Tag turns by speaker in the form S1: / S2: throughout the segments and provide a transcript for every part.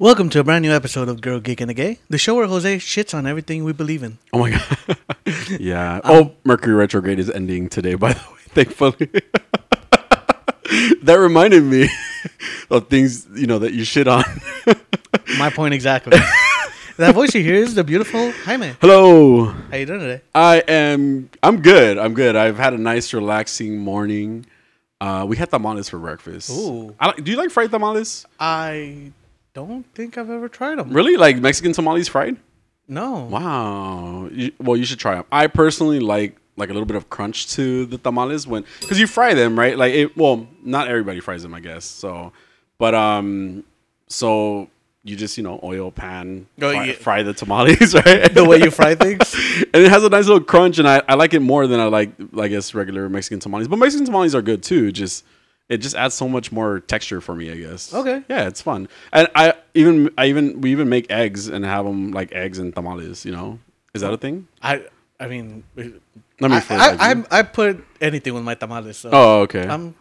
S1: Welcome to a brand new episode of Girl Geek and the Gay, the show where Jose shits on everything we believe in.
S2: Oh my god. yeah. oh, Mercury retrograde is ending today, by the way. Thankfully. that reminded me of things, you know, that you shit on.
S1: My point exactly. that voice you hear is the beautiful Jaime.
S2: Hello.
S1: How you doing today?
S2: I am I'm good. I'm good. I've had a nice relaxing morning. Uh, we had tamales for breakfast.
S1: Ooh.
S2: I like, do you like fried tamales?
S1: I don't think I've ever tried them.
S2: Really? Like Mexican tamales fried?
S1: No.
S2: Wow. You, well, you should try them. I personally like like a little bit of crunch to the tamales when because you fry them, right? Like, it, well, not everybody fries them, I guess. So, but um, so you just you know oil pan
S1: Oh,
S2: fry,
S1: yeah.
S2: fry the tamales, right?
S1: The way you fry things?
S2: and it has a nice little crunch, and I, I like it more than I like I guess regular Mexican tamales. But Mexican tamales are good too. Just it just adds so much more texture for me, I guess.
S1: Okay.
S2: Yeah, it's fun, and I even I even we even make eggs and have them like eggs and tamales. You know, is that a thing?
S1: I I mean, I
S2: Let
S1: I,
S2: for a second.
S1: I, I'm- I put anything with my tamales. So
S2: oh okay.
S1: I'm,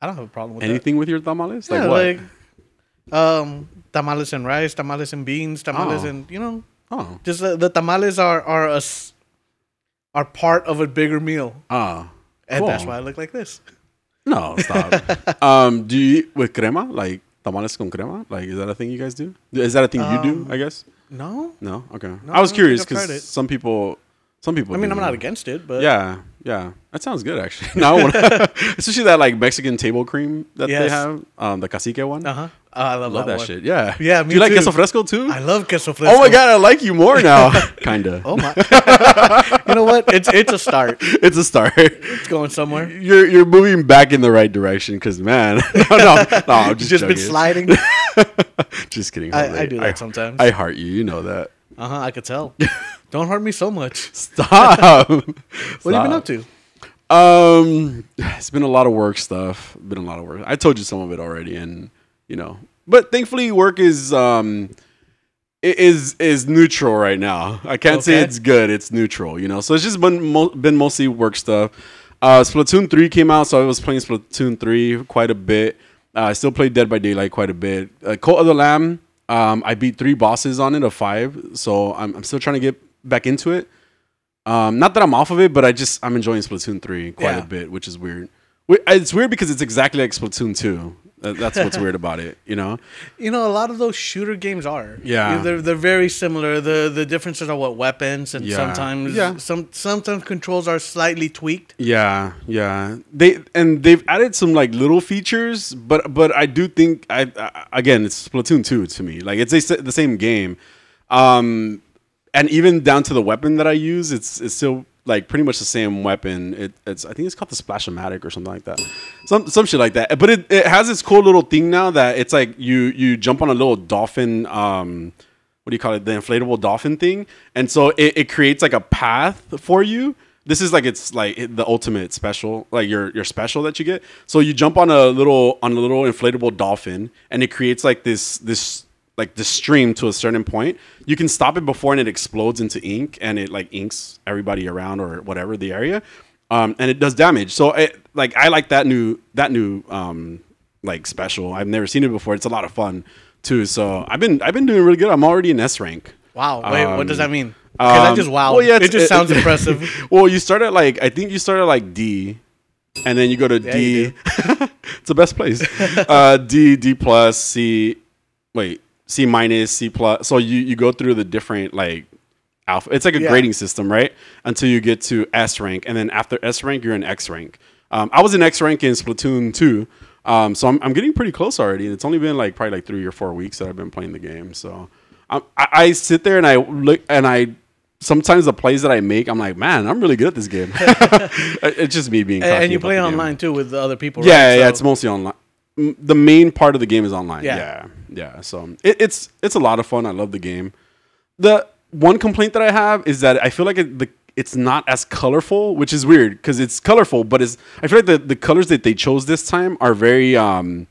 S1: I don't have a problem with
S2: Anything with your tamales?
S1: that.
S2: Like what?
S1: Yeah, like, um, tamales and rice, tamales and beans, tamales
S2: Oh.
S1: and you know,
S2: oh
S1: just the, the tamales are are a s- are part of a bigger meal.
S2: ah.
S1: And that's
S2: cool.
S1: why I look like this.
S2: No, stop. um, do you eat with crema? Like tamales con crema? Like, is that a thing you guys do? Is that a thing
S1: Um,
S2: you do? I guess.
S1: No?
S2: No. Okay.
S1: I
S2: I was
S1: don't
S2: curious
S1: think I've tried it.
S2: because some people, some people.
S1: I mean,
S2: do.
S1: I'm not against it, but
S2: Yeah, yeah. That sounds good actually. Now, I wanna- especially that like Mexican table cream that they
S1: Yes.
S2: have, um, the cacique one.
S1: Uh-huh. Oh, I love,
S2: Love that
S1: one.
S2: shit. Yeah.
S1: Yeah,
S2: Do
S1: me
S2: you like
S1: too.
S2: queso fresco too?
S1: I love queso fresco.
S2: oh my god, I like you more now. Kinda.
S1: Oh my. you know what? It's it's a start.
S2: It's a start.
S1: It's going somewhere.
S2: You're you're moving back in the right direction because man, no, no, no. I'm just
S1: Just been
S2: joking.
S1: sliding.
S2: Just kidding.
S1: I,
S2: Jose.
S1: I do that sometimes.
S2: I heart you. You know that.
S1: uh huh. I could tell. Don't hurt me so much.
S2: Stop. what
S1: What have you been up to?
S2: Um, it's been a lot of work stuff. Been a lot of work. I told you some of it already, and you know, but thankfully, work is um, i- is is neutral right now. I can't say
S1: Okay.
S2: it's good. It's neutral, you know. So it's just been mo- been mostly work stuff. Uh, Splatoon three came out, so I was playing Splatoon three quite a bit. Uh, I still played Dead by Daylight quite a bit. Uh, Cult of the Lamb. Um, I beat three bosses on it of five, so I'm, I'm still trying to get back into it. Um, not that I'm off of it, but I just I'm enjoying Splatoon three quite
S1: Yeah.
S2: a bit, which is weird. We- It's weird because it's exactly like Splatoon two. That- That's what's weird about it, you know.
S1: You know, a lot of those shooter games are.
S2: Yeah.
S1: They're they're very similar. The the differences are what weapons and
S2: Yeah.
S1: sometimes
S2: Yeah.
S1: some sometimes controls are slightly tweaked.
S2: Yeah, yeah. They and they've added some like little features, but but I do think I, I again it's Splatoon two to me. Like it's a, s- the same game, um, and even down to the weapon that I use, it's it's still like pretty much the same weapon. It, it's I think it's called the Splashomatic or something like that, some some shit like that. But it, it has this cool little thing now that it's like you you jump on a little dolphin. Um, what do you call it? The inflatable dolphin thing, and so it, it creates like a path for you. This is like it's like it- the ultimate special, like your your special that you get. So you jump on a little on a little inflatable dolphin, and it creates like this this like the stream to a certain point. You can stop it before and it explodes into ink, and it like inks everybody around or whatever the area, um, and it does damage. So it like I like that new that new um, like special. I've never seen it before. It's a lot of fun too. So I've been I've been doing really good. I'm already in S rank.
S1: Wow. Wait, what does
S2: Um,
S1: that mean? Because I
S2: Um,
S1: just wow.
S2: well, yeah,
S1: it
S2: it's-
S1: just sounds
S2: it-
S1: impressive.
S2: Well, you start at like I think you start at like D, and then you go to
S1: you
S2: D. it's the best place. uh, D D plus C, wait C minus C plus. So you you go through the different like alpha. It's like a
S1: Yeah.
S2: grading system, right? Until you get to S rank, and then after S rank, you're in X rank. Um, I was in X rank in Splatoon two. Um, so I'm, I'm getting pretty close already, and it's only been like probably like three or four weeks that I've been playing the game. So I'm, I, I sit there and I look and I sometimes the plays that I make, I'm like, man, I'm really good at this game. it's just me being.
S1: And,
S2: cocky
S1: and you
S2: about
S1: play
S2: the game.
S1: online too with the other people.
S2: Yeah,
S1: right?
S2: yeah,
S1: So-
S2: it's mostly online. M- The main part of the game is online.
S1: Yeah.
S2: Yeah, yeah. So it, it's it's a lot of fun. I love the game. The one complaint that I have is that I feel like it, the it's not as colorful, which is weird because it's colorful, but it's I feel like the, the colors that they chose this time are very um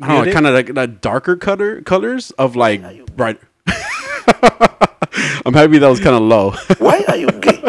S2: I don't know,
S1: Muted?
S2: kind of like the darker color colors of like bright. I'm happy that was kind of low.
S3: Why are you gay?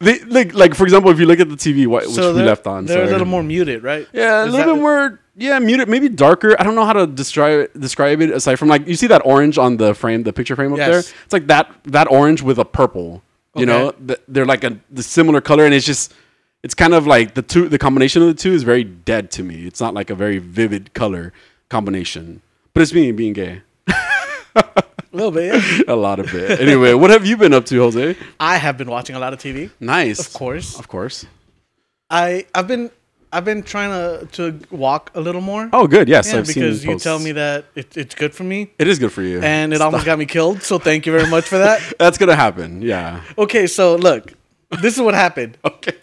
S2: They like like for example, if you look at the TV, wh- which
S1: So
S2: we
S1: they're,
S2: left on,
S1: they're a
S2: sorry.
S1: little more muted, right?
S2: Yeah, a
S1: Is
S2: little
S1: that-
S2: bit more. Yeah, muted, maybe darker. I don't know how to describe describe it aside from like you see that orange on the frame, the picture frame up
S1: Yes.
S2: there. It's like that that orange with a purple. You know,
S1: Okay.
S2: Th- they're like a the similar color, and it's just it's kind of like the two. The combination of the two is very dead to me. It's not like a very vivid color combination, but it's me being gay
S1: A little bit. yeah.
S2: a lot of it. Anyway, what have you been up to, Jose?
S1: I have been watching a lot of TV.
S2: Nice,
S1: Of course.
S2: of course.
S1: I I've been I've been trying to to walk a little more.
S2: Oh, good. Yes,
S1: yeah,
S2: I've seen
S1: because you
S2: posts.
S1: tell me that it, it's good for me,
S2: it is good for you,
S1: and it almost got me killed. So thank you very much for that.
S2: that's gonna happen. Yeah.
S1: Okay, so look, this is what happened.
S2: Okay.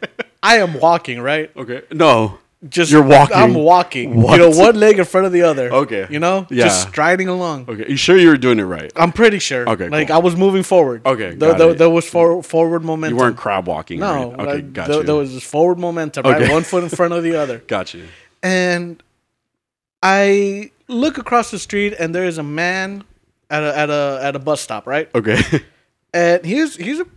S1: I am walking, right?
S2: Okay. No.
S1: Just
S2: You're walking.
S1: I'm walking.
S2: What?
S1: You know, one leg in front of the other.
S2: Okay.
S1: You know,
S2: Yeah.
S1: just striding along.
S2: Okay. You sure you were doing it right?
S1: I'm pretty sure.
S2: Okay,
S1: Like
S2: cool.
S1: I was moving forward.
S2: Okay,
S1: There,
S2: got
S1: there,
S2: it.
S1: there was for, forward momentum.
S2: You weren't crab walking.
S1: No.
S2: Right? Okay.
S1: like,
S2: Got
S1: there,
S2: you.
S1: there was just forward momentum,
S2: Okay.
S1: right? One foot in front of the other.
S2: got you.
S1: and I look across the street, and there is a man at a at a at a bus stop, right?
S2: Okay.
S1: And he's he's a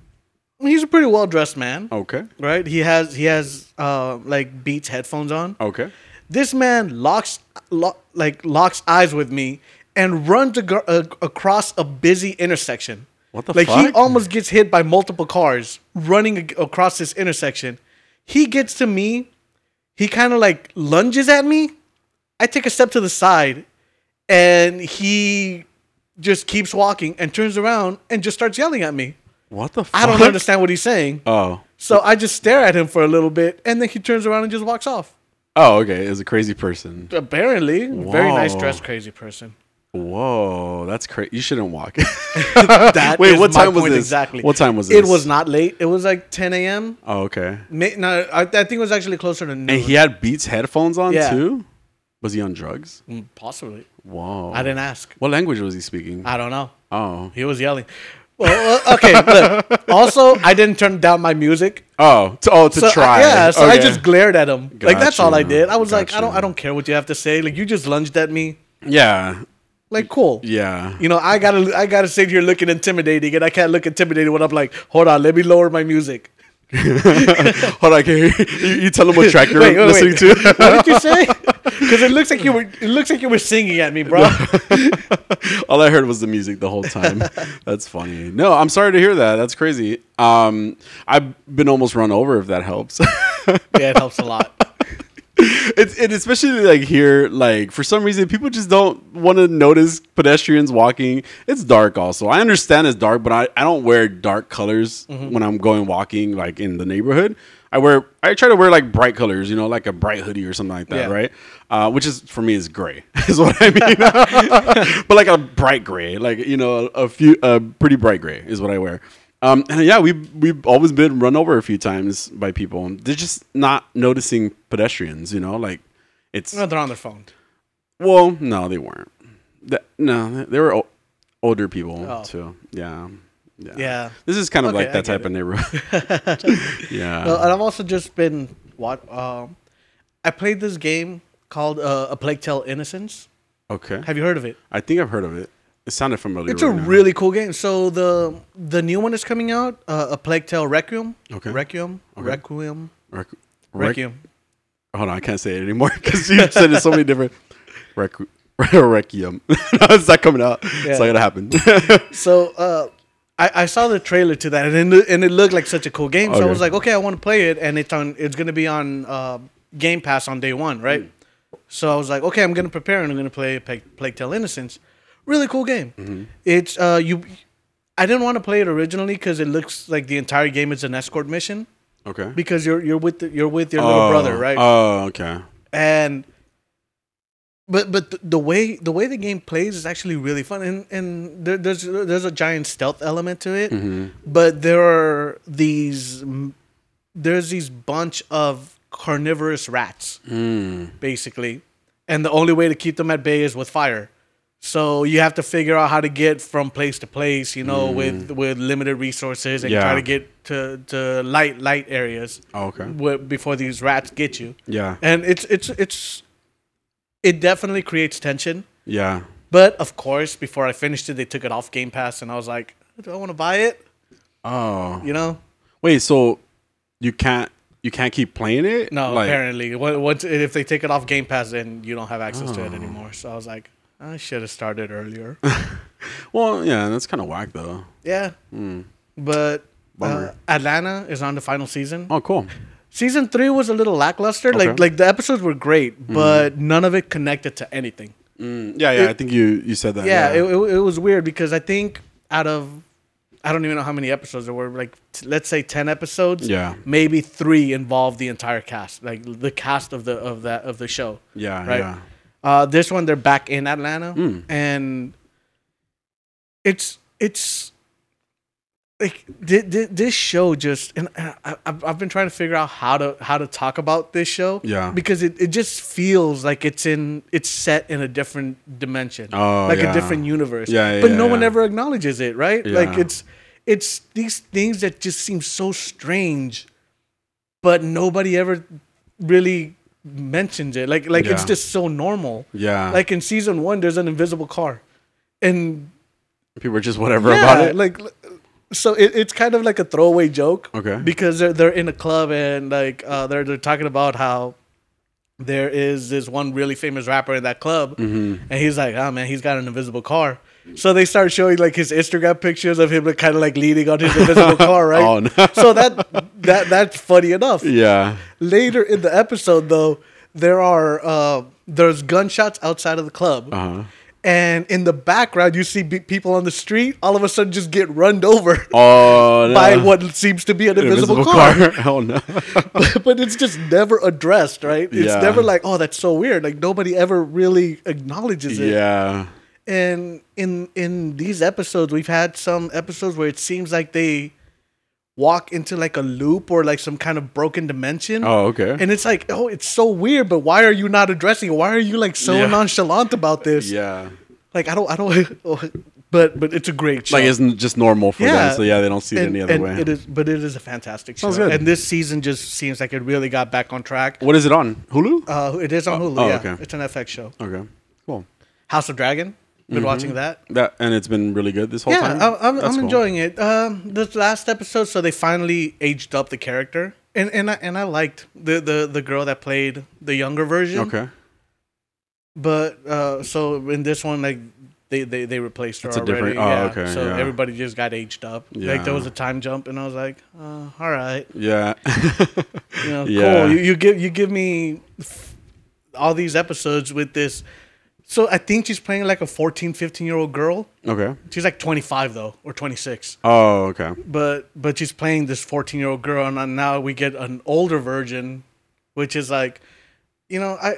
S1: he's a pretty well dressed man,
S2: okay.
S1: right? He has he has uh, like Beats headphones on.
S2: Okay.
S1: This man locks lo- like locks eyes with me and runs ag- ag- across a busy intersection.
S2: What the
S1: like he
S2: fuck?
S1: almost gets hit by multiple cars running ag- across this intersection. He gets to me. He kind of like lunges at me. I take a step to the side and he just keeps walking and turns around and just starts yelling at me.
S2: What the fuck?
S1: I don't understand what he's saying.
S2: Oh.
S1: So I just stare at him for a little bit and then he turns around and just walks off.
S2: Oh, okay. Is a crazy person.
S1: Apparently, very nice
S2: Whoa.
S1: dressed crazy person.
S2: Whoa, that's crazy. You shouldn't walk.
S1: That
S2: Wait,
S1: is
S2: what
S1: my
S2: time was
S1: point
S2: this?
S1: Exactly.
S2: What time was
S1: It
S2: this?
S1: was not late. It was like 10 a.m.
S2: oh, okay.
S1: Ma- No, I, I think it was actually closer to
S2: And
S1: noon.
S2: he had Beats headphones on
S1: Yeah.
S2: too. Was he on drugs?
S1: Mm, Possibly.
S2: Whoa.
S1: I didn't ask.
S2: What language was he speaking?
S1: I don't know.
S2: oh.
S1: He was yelling. Well, uh, okay. Look. Also, I didn't turn down my music.
S2: Oh. To, oh, to
S1: So, uh,
S2: try.
S1: yeah, so I
S2: Okay.
S1: just glared at him. Like that's all I
S2: Gotcha.
S1: did. I was like, I don't,
S2: Gotcha.
S1: I don't care what you have to say. Like you just lunged at me.
S2: Yeah.
S1: Like cool.
S2: Yeah.
S1: You know, I gotta, I gotta sit here looking intimidating, and I can't look intimidating when I'm like, hold on, let me lower my music.
S2: Hold on, can you, you, you tell him what track you're
S1: Wait, wait,
S2: listening
S1: wait.
S2: to?
S1: what did you say? Because it looks like you were, it looks like you were singing at me, bro.
S2: All I heard was the music the whole time. That's funny. No, I'm sorry to hear that. That's crazy. Um, I've been almost run over. If that helps,
S1: yeah, it helps a lot.
S2: it's and especially like here, like for some reason people just don't want to notice pedestrians walking. It's dark. Also, I understand it's dark, but I, I don't wear dark colors
S1: Mm-hmm.
S2: when I'm going walking like in the neighborhood. I wear I try to wear like bright colors, you know, like a bright hoodie or something like that,
S1: Yeah.
S2: right? Uh, which is for me is gray, is what I mean. but like a bright gray, like you know, a few, a pretty bright gray is what I wear. Um, and yeah, we have we've always been run over a few times by people. They're just not noticing pedestrians, you know. Like it's
S1: No, they're on their phone.
S2: well, no, they weren't. That, no, they were o- older people
S1: Oh.
S2: too. Yeah, yeah.
S1: Yeah.
S2: This is kind of
S1: Okay,
S2: like that
S1: I
S2: type of neighborhood. yeah.
S1: Well, and I've also just been what? Um, I played this game called uh, A Plague Tale Innocence.
S2: okay.
S1: Have you heard of it?
S2: I think I've heard of it. It sounded familiar.
S1: It's a
S2: right now.
S1: really cool game. So the the new one is coming out, uh, A Plague Tale Requiem.
S2: Okay.
S1: Requiem. Requiem.
S2: Rec- rec-
S1: Requiem.
S2: Hold on, I can't say it anymore because you said it so many different. Rec- Requiem. no, it's not coming out. It's not
S1: Yeah.
S2: gonna happen.
S1: So uh, I, I saw the trailer to that, and it, and it looked like such a cool game. So
S2: Okay.
S1: I was like, okay, I want to play it, and it's on. It's gonna be on uh, Game Pass on day one, right?
S2: Mm.
S1: So I was like, okay, I'm gonna prepare and I'm gonna play Pla- Plague Tale Innocence. Really cool game.
S2: Mm-hmm.
S1: It's uh, you. I didn't want to play it originally because it looks like the entire game is an escort mission
S2: okay.
S1: because you're you're with the, you're with your little brother,
S2: Oh,
S1: right?
S2: Oh, okay.
S1: and but but th- the way the way the game plays is actually really fun and and there, there's there's a giant stealth element to it
S2: Mm-hmm.
S1: but there are these m- there's these bunch of carnivorous rats
S2: Mm.
S1: basically and the only way to keep them at bay is with fire so you have to figure out how to get from place to place you know with with limited resources and
S2: Mm. Yeah.
S1: try to get to to light light areas
S2: Oh, okay.
S1: wh- before these rats get you
S2: Yeah.
S1: and it's it's it's it definitely creates tension
S2: Yeah.
S1: but of course before i finished it they took it off game pass and i was like do i want to buy it
S2: Oh.
S1: you know
S2: Wait. So you can't you can't keep playing it.
S1: No,
S2: Like,
S1: apparently, what, what if they take it off Game Pass, then you don't have access
S2: Ah.
S1: to it anymore. So I was like, I should have started earlier.
S2: Well, yeah, that's kind of whack though.
S1: yeah, but uh,
S2: Hmm. Bummer.
S1: Atlanta is on the final season.
S2: Oh, cool.
S1: Season three was a little lackluster. Like
S2: Okay. Hmm.
S1: like the episodes were great, but none of it connected to anything.
S2: Mm, yeah, yeah. I think you you said that.
S1: yeah, It, it, it was weird because I think out of I don't even know how many episodes there were. Like t- let's say ten episodes.
S2: Yeah.
S1: maybe three involved the entire cast, like the cast of the of that of the show.
S2: yeah,
S1: right.
S2: yeah.
S1: Uh, this one they're back in Atlanta,
S2: Hmm.
S1: and it's it's like thi- thi- this show just and I, I- I've I've been trying to figure out how to how to talk about this show.
S2: Yeah.
S1: because it, it just feels like it's in it's set in a different dimension,
S2: Oh,
S1: like
S2: yeah.
S1: a different universe.
S2: Yeah, yeah,
S1: but
S2: yeah,
S1: no one
S2: yeah.
S1: ever acknowledges it, right? Like
S2: Yeah.
S1: it's it's these things that just seem so strange but nobody ever really mentions it. Like like it's
S2: Yeah.
S1: just so normal.
S2: Yeah.
S1: Like in season one, there's an invisible car, and
S2: People are just whatever
S1: yeah,
S2: about it.
S1: like so it, it's kind of like a throwaway joke.
S2: Okay.
S1: because they're they're in a club and like uh, they're they're talking about how. There is this one really famous rapper in that club,
S2: Mm-hmm.
S1: and he's like, "Oh man, he's got an invisible car." So they start showing like his Instagram pictures of him, like kind of like leading on his invisible car, right?
S2: Oh, no.
S1: So that that that's funny enough
S2: yeah.
S1: later in the episode though there are uh, there's gunshots outside of the club
S2: Uh-huh.
S1: and in the background you see be- people on the street all of a sudden just get runned over
S2: Oh, no.
S1: by what seems to be an invisible, car,
S2: oh no.
S1: but, but it's just never addressed right it's
S2: Yeah.
S1: never like oh that's so weird like nobody ever really acknowledges it
S2: yeah.
S1: and in in these episodes we've had some episodes where it seems like they walk into like a loop or like some kind of broken dimension
S2: Oh, okay.
S1: and it's like, oh, it's so weird, but why are you not addressing it? Why are you like so
S2: Yeah.
S1: nonchalant about this?
S2: yeah.
S1: Like I don't I don't but but it's a great show.
S2: Like it's n- just normal for them, so yeah, they don't see it
S1: And-
S2: any other
S1: and
S2: way.
S1: It is but it is a fantastic show.
S2: Sounds good.
S1: And this season just seems like it really got back on track.
S2: what is it on Hulu?
S1: Uh, it is on Hulu,
S2: oh,
S1: yeah.
S2: okay.
S1: It's an FX show.
S2: okay, cool.
S1: House of Dragon. Been watching that.
S2: That and it's been really good this whole
S1: Yeah, I,
S2: time.
S1: I'm,
S2: Mm-hmm. That's
S1: I'm
S2: cool.
S1: enjoying it. Um, this last episode, so they finally aged up the character, and and I, and I liked the, the the girl that played the younger version.
S2: Okay,
S1: But uh, so in this one, like they they, they replaced her
S2: It's a
S1: already.
S2: different- oh,
S1: yeah.
S2: okay,
S1: so
S2: yeah.
S1: everybody just got aged up. Like
S2: Yeah.
S1: there was a time jump, and I was like, uh, all right,
S2: yeah,
S1: you know,
S2: Yeah.
S1: cool. You, you give you give me f- all these episodes with this. So I think she's playing like a 14, 15 year old girl.
S2: okay.
S1: She's like 25 though, or 26.
S2: Oh, okay.
S1: But but she's playing this 14 year old girl, and now we get an older version, which is like, you know, I.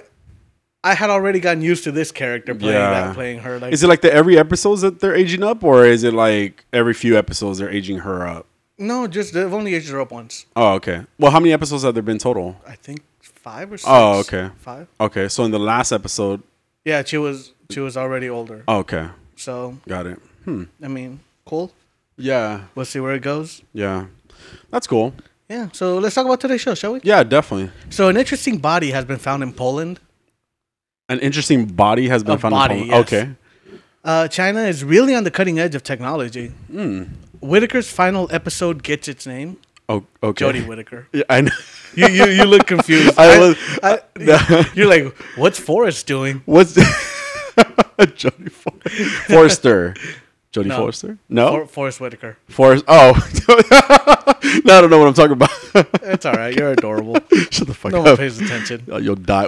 S1: I had already gotten used to this character playing
S2: Yeah.
S1: that, playing her. Like,
S2: Is it like the every episodes that they're aging up, or is it like every few episodes they're aging her up?
S1: No, just they've only aged her up once.
S2: Oh, okay. Well, how many episodes have there been total?
S1: I think five or six.
S2: Oh, okay.
S1: Five.
S2: Okay, so in the last episode, oh,
S1: Yeah, she was she was already older.
S2: okay,
S1: So
S2: got it. Hmm.
S1: I mean, cool.
S2: Yeah,
S1: We'll see where it goes.
S2: yeah, that's cool.
S1: Yeah. So let's talk about today's show, shall we?
S2: Yeah, definitely.
S1: So an interesting body has been found in Poland.
S2: An interesting body has been
S1: A
S2: found.
S1: body,
S2: in
S1: yes.
S2: Poland. Okay.
S1: Uh, China is really on the cutting edge of technology. Whitaker's final episode gets its name.
S2: Oh, okay.
S1: Jodie Whittaker.
S2: Yeah, I know.
S1: You you, you look confused.
S2: I was-
S1: I- you're like, what's Forrest doing?
S2: What's Jodie For- Forster? Jodie Forster? No.
S1: For, Forrest Whitaker.
S2: Forrest. Oh, now I don't know what I'm talking about.
S1: It's all right. You're adorable.
S2: Shut the fuck
S1: No one
S2: up.
S1: pays attention.
S2: Oh, You'll die.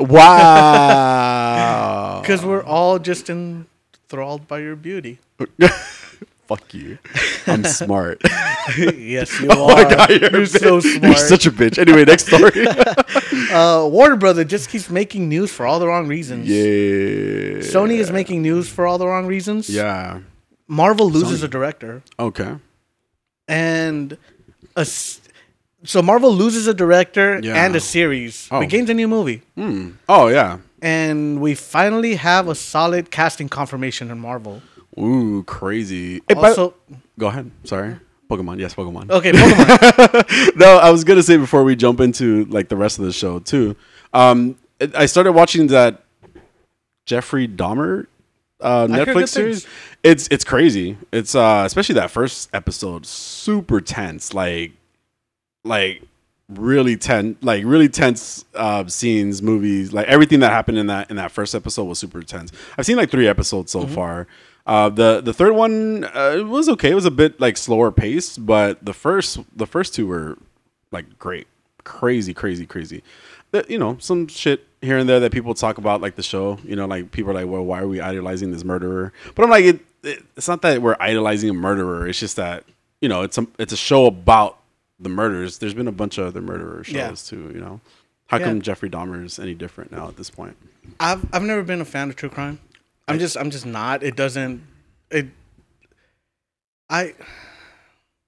S2: Wow.
S1: Because we're all just enthralled by your beauty.
S2: fuck you. I'm smart.
S1: yes, you
S2: Oh my
S1: are.
S2: God,
S1: you're
S2: a
S1: so
S2: bitch.
S1: smart.
S2: You're such a bitch. Anyway, next story.
S1: uh, Warner Brother just keeps making news for all the wrong reasons.
S2: yeah.
S1: Sony is making news for all the wrong reasons.
S2: Yeah.
S1: Marvel loses a director,
S2: Okay.
S1: and a s- so Marvel loses a director
S2: Yeah.
S1: and a series,
S2: Oh.
S1: but gains a new movie,
S2: Hmm. Oh yeah.
S1: and we finally have a solid casting confirmation in Marvel.
S2: Ooh, crazy. Hey, by-
S1: Also,
S2: go ahead. Sorry. Pokemon. Yes, Pokemon.
S1: okay, Pokemon.
S2: no, I was gonna say before we jump into like the rest of the show too. Um, I- I started watching that Jeffrey Dahmer uh,
S1: heard good
S2: Netflix series. It's it's crazy. It's uh, especially that first episode, super tense. Like like really tense, like really tense uh, scenes, movies, like everything that happened in that in that first episode was super tense. I've seen like three episodes so far. Uh, the the third one uh, it was okay. It was a bit like slower pace, but the first the first two were like great, crazy, crazy, crazy. That you know some shit here and there that people talk about like the show. You know, like people are like, well, why are we idolizing this murderer? But I'm like, it, it, it's not that we're idolizing a murderer. It's just that you know it's a it's a show about the murders. There's been a bunch of other murderer shows
S1: Yeah.
S2: too. You know, how
S1: Yeah.
S2: come Jeffrey Dahmer is any different now at this point?
S1: I've I've never been a fan of true crime. I'm just I'm just not. It doesn't it I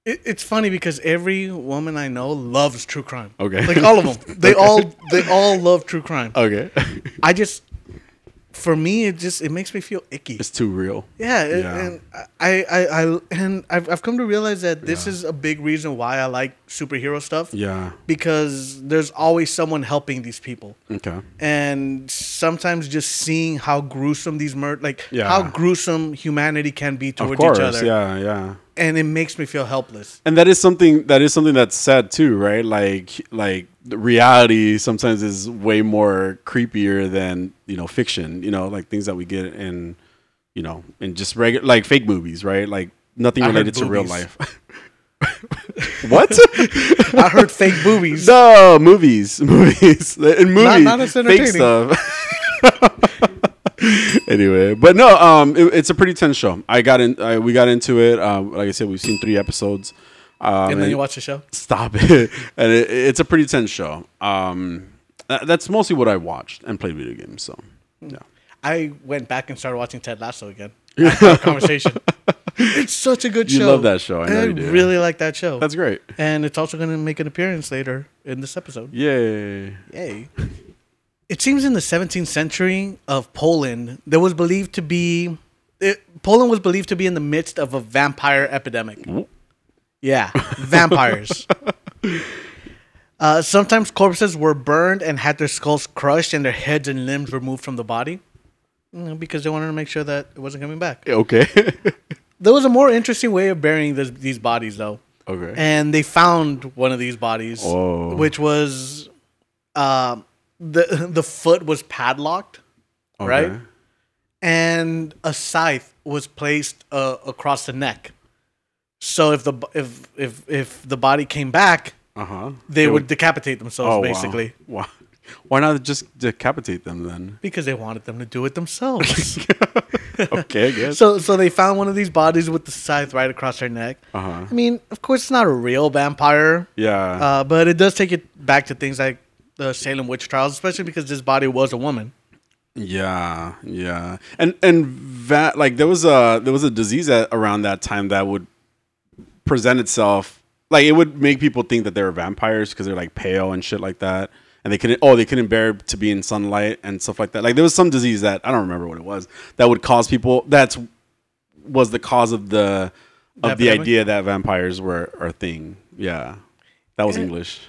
S1: it, it's funny because every woman I know loves true crime.
S2: Okay.
S1: Like all of them. They all they all love true crime.
S2: Okay,
S1: I just for me it just it makes me feel icky.
S2: it's too real.
S1: Yeah, and-
S2: Yeah.
S1: and I, I, I, and I've, I've come to realize that this is a big reason why I like superhero stuff.
S2: Yeah.
S1: Because there's always someone helping these people,
S2: Okay.
S1: and sometimes just seeing how gruesome these mur- like
S2: Yeah.
S1: how gruesome humanity can be
S2: Of
S1: towards
S2: course.
S1: each other,
S2: Yeah. Yeah.
S1: and it makes me feel helpless.
S2: and that is something that is something that's said too right like like the reality sometimes is way more creepier than you know fiction you know like things that we get in you know in just regular like fake movies right like nothing
S1: I heard
S2: related to real
S1: boobies.
S2: life what
S1: I heard fake boobies.
S2: no movies movies in movies
S1: not as
S2: fake
S1: entertaining.
S2: stuff anyway but no um it- it's a pretty tense show i got in I, we got into it um like i said we've seen three episodes um,
S1: and then
S2: and-
S1: you watch the show.
S2: stop it. And it, it's a pretty tense show. Um, tha- that's mostly what I watched and played video games. So yeah,
S1: I went back and started watching Ted Lasso again. After our conversation. It's such a good
S2: You
S1: show.
S2: love that show. I know
S1: And
S2: you do.
S1: really like that show.
S2: that's great.
S1: And it's also going to make an appearance later in this episode.
S2: Yay!
S1: Yay. It seems in the 17th century of Poland, there was believed to be. It, Poland was believed to be in the midst of a vampire epidemic. Yeah, vampires. uh, sometimes corpses were burned and had their skulls crushed and their heads and limbs removed from the body you know, because they wanted to make sure that it wasn't coming back.
S2: Okay.
S1: There was a more interesting way of burying this, these bodies, though
S2: okay.
S1: and they found one of these bodies,
S2: Whoa.
S1: which was uh, the the foot was padlocked, right?
S2: Okay.
S1: And a scythe was placed uh, across the neck. So if the bo- if if if the body came back,
S2: Uh huh.
S1: they would decapitate themselves basically
S2: Oh, Wow. Wow. Why not just decapitate them then?
S1: because they wanted them to do it themselves.
S2: Okay, I guess.
S1: so so they found one of these bodies with the scythe right across her neck.
S2: Uh-huh.
S1: I mean, of course, it's not a real vampire.
S2: yeah.
S1: Uh, but it does take it back to things like the Salem witch trials, especially because this body was a woman.
S2: Yeah, yeah, and and that like there was a there was a disease at, around that time that would present itself like it would make people think that they were vampires because they're like pale and shit like that, and they couldn't oh they couldn't bear to be in sunlight and stuff like that. Like there was some disease that I don't remember what it was that would cause people that's was the cause of the of the
S1: Epidemic?
S2: idea that vampires were a thing. Yeah, that
S1: Eh.
S2: was English.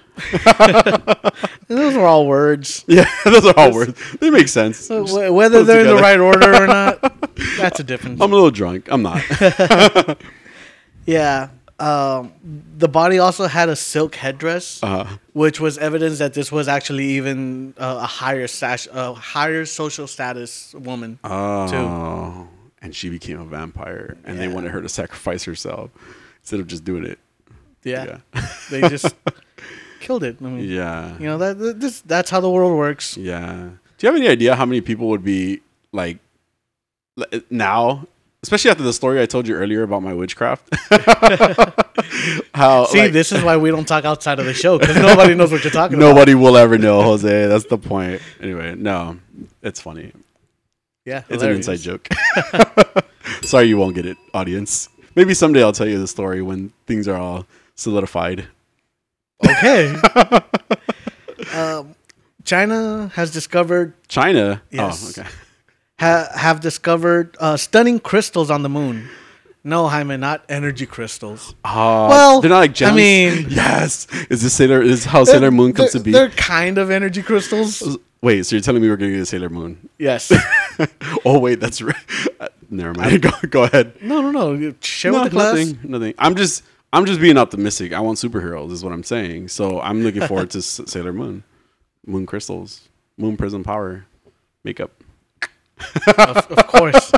S1: And those are all words.
S2: Yeah, those are all words. They make sense.
S1: Wh- Whether
S2: put it
S1: they're in the
S2: together.
S1: right order or not, that's a difference.
S2: I'm a little drunk. I'm not.
S1: Yeah. Um, the body also had a silk headdress,
S2: Uh-huh.
S1: which was evidence that this was actually even uh, a higher sash, a higher social status woman.
S2: Oh, and she became a vampire, and they wanted her to sacrifice herself instead of just doing it.
S1: yeah. they just killed it. I mean,
S2: Yeah,
S1: you know that that- this, that's how the world works.
S2: yeah. Do you have any idea how many people would be like l- now, especially after the story I told you earlier about my witchcraft? how
S1: See,
S2: like,
S1: this is why we don't talk outside of the show because nobody knows what you're talking about.
S2: nobody will ever know, Jose. That's the point. Anyway, no, it's funny.
S1: Yeah,
S2: It's
S1: hilarious.
S2: an inside joke. Sorry, you won't get it, audience. Maybe someday I'll tell you the story when things are all solidified.
S1: Okay. um, China has discovered
S2: China.
S1: Yes.
S2: Oh, okay.
S1: ha- have discovered uh, stunning crystals on the moon. No, Jaime, not energy crystals.
S2: Oh,
S1: Well,
S2: they're not like
S1: I
S2: gems.
S1: mean-
S2: yes. Is this Sailor? Is how Sailor Moon comes
S1: they're,
S2: to be?
S1: They're kind of energy crystals.
S2: Wait, so you're telling me we're gonna get a Sailor Moon?
S1: Yes.
S2: oh wait, that's right. Uh, Never mind. go, go ahead.
S1: No, no, no. You Share
S2: No,
S1: with the class.
S2: nothing. Nothing. I'm just. I'm just being optimistic. I want superheroes, is what I'm saying. So I'm looking forward to S- Sailor Moon, Moon Crystals, Moon Prism Power, makeup.
S1: of, of course.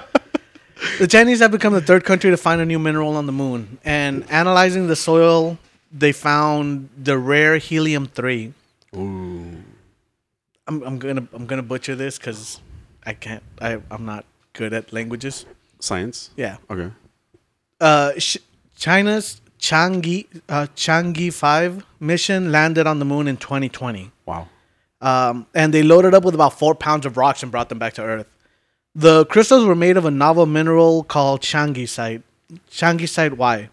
S1: The Chinese have become the third country to find a new mineral on the moon. And analyzing the soil, they found the rare helium three.
S2: Ooh,
S1: I'm, I'm gonna I'm gonna butcher this because I can't. I I'm not good at languages.
S2: science.
S1: Yeah.
S2: Okay.
S1: Uh, sh- China's Chang'e uh, Chang'e Five mission landed on the moon in 2020.
S2: Wow.
S1: um, and they loaded up with about four pounds of rocks and brought them back to Earth. The crystals were made of a novel mineral called changisite, changisite Y,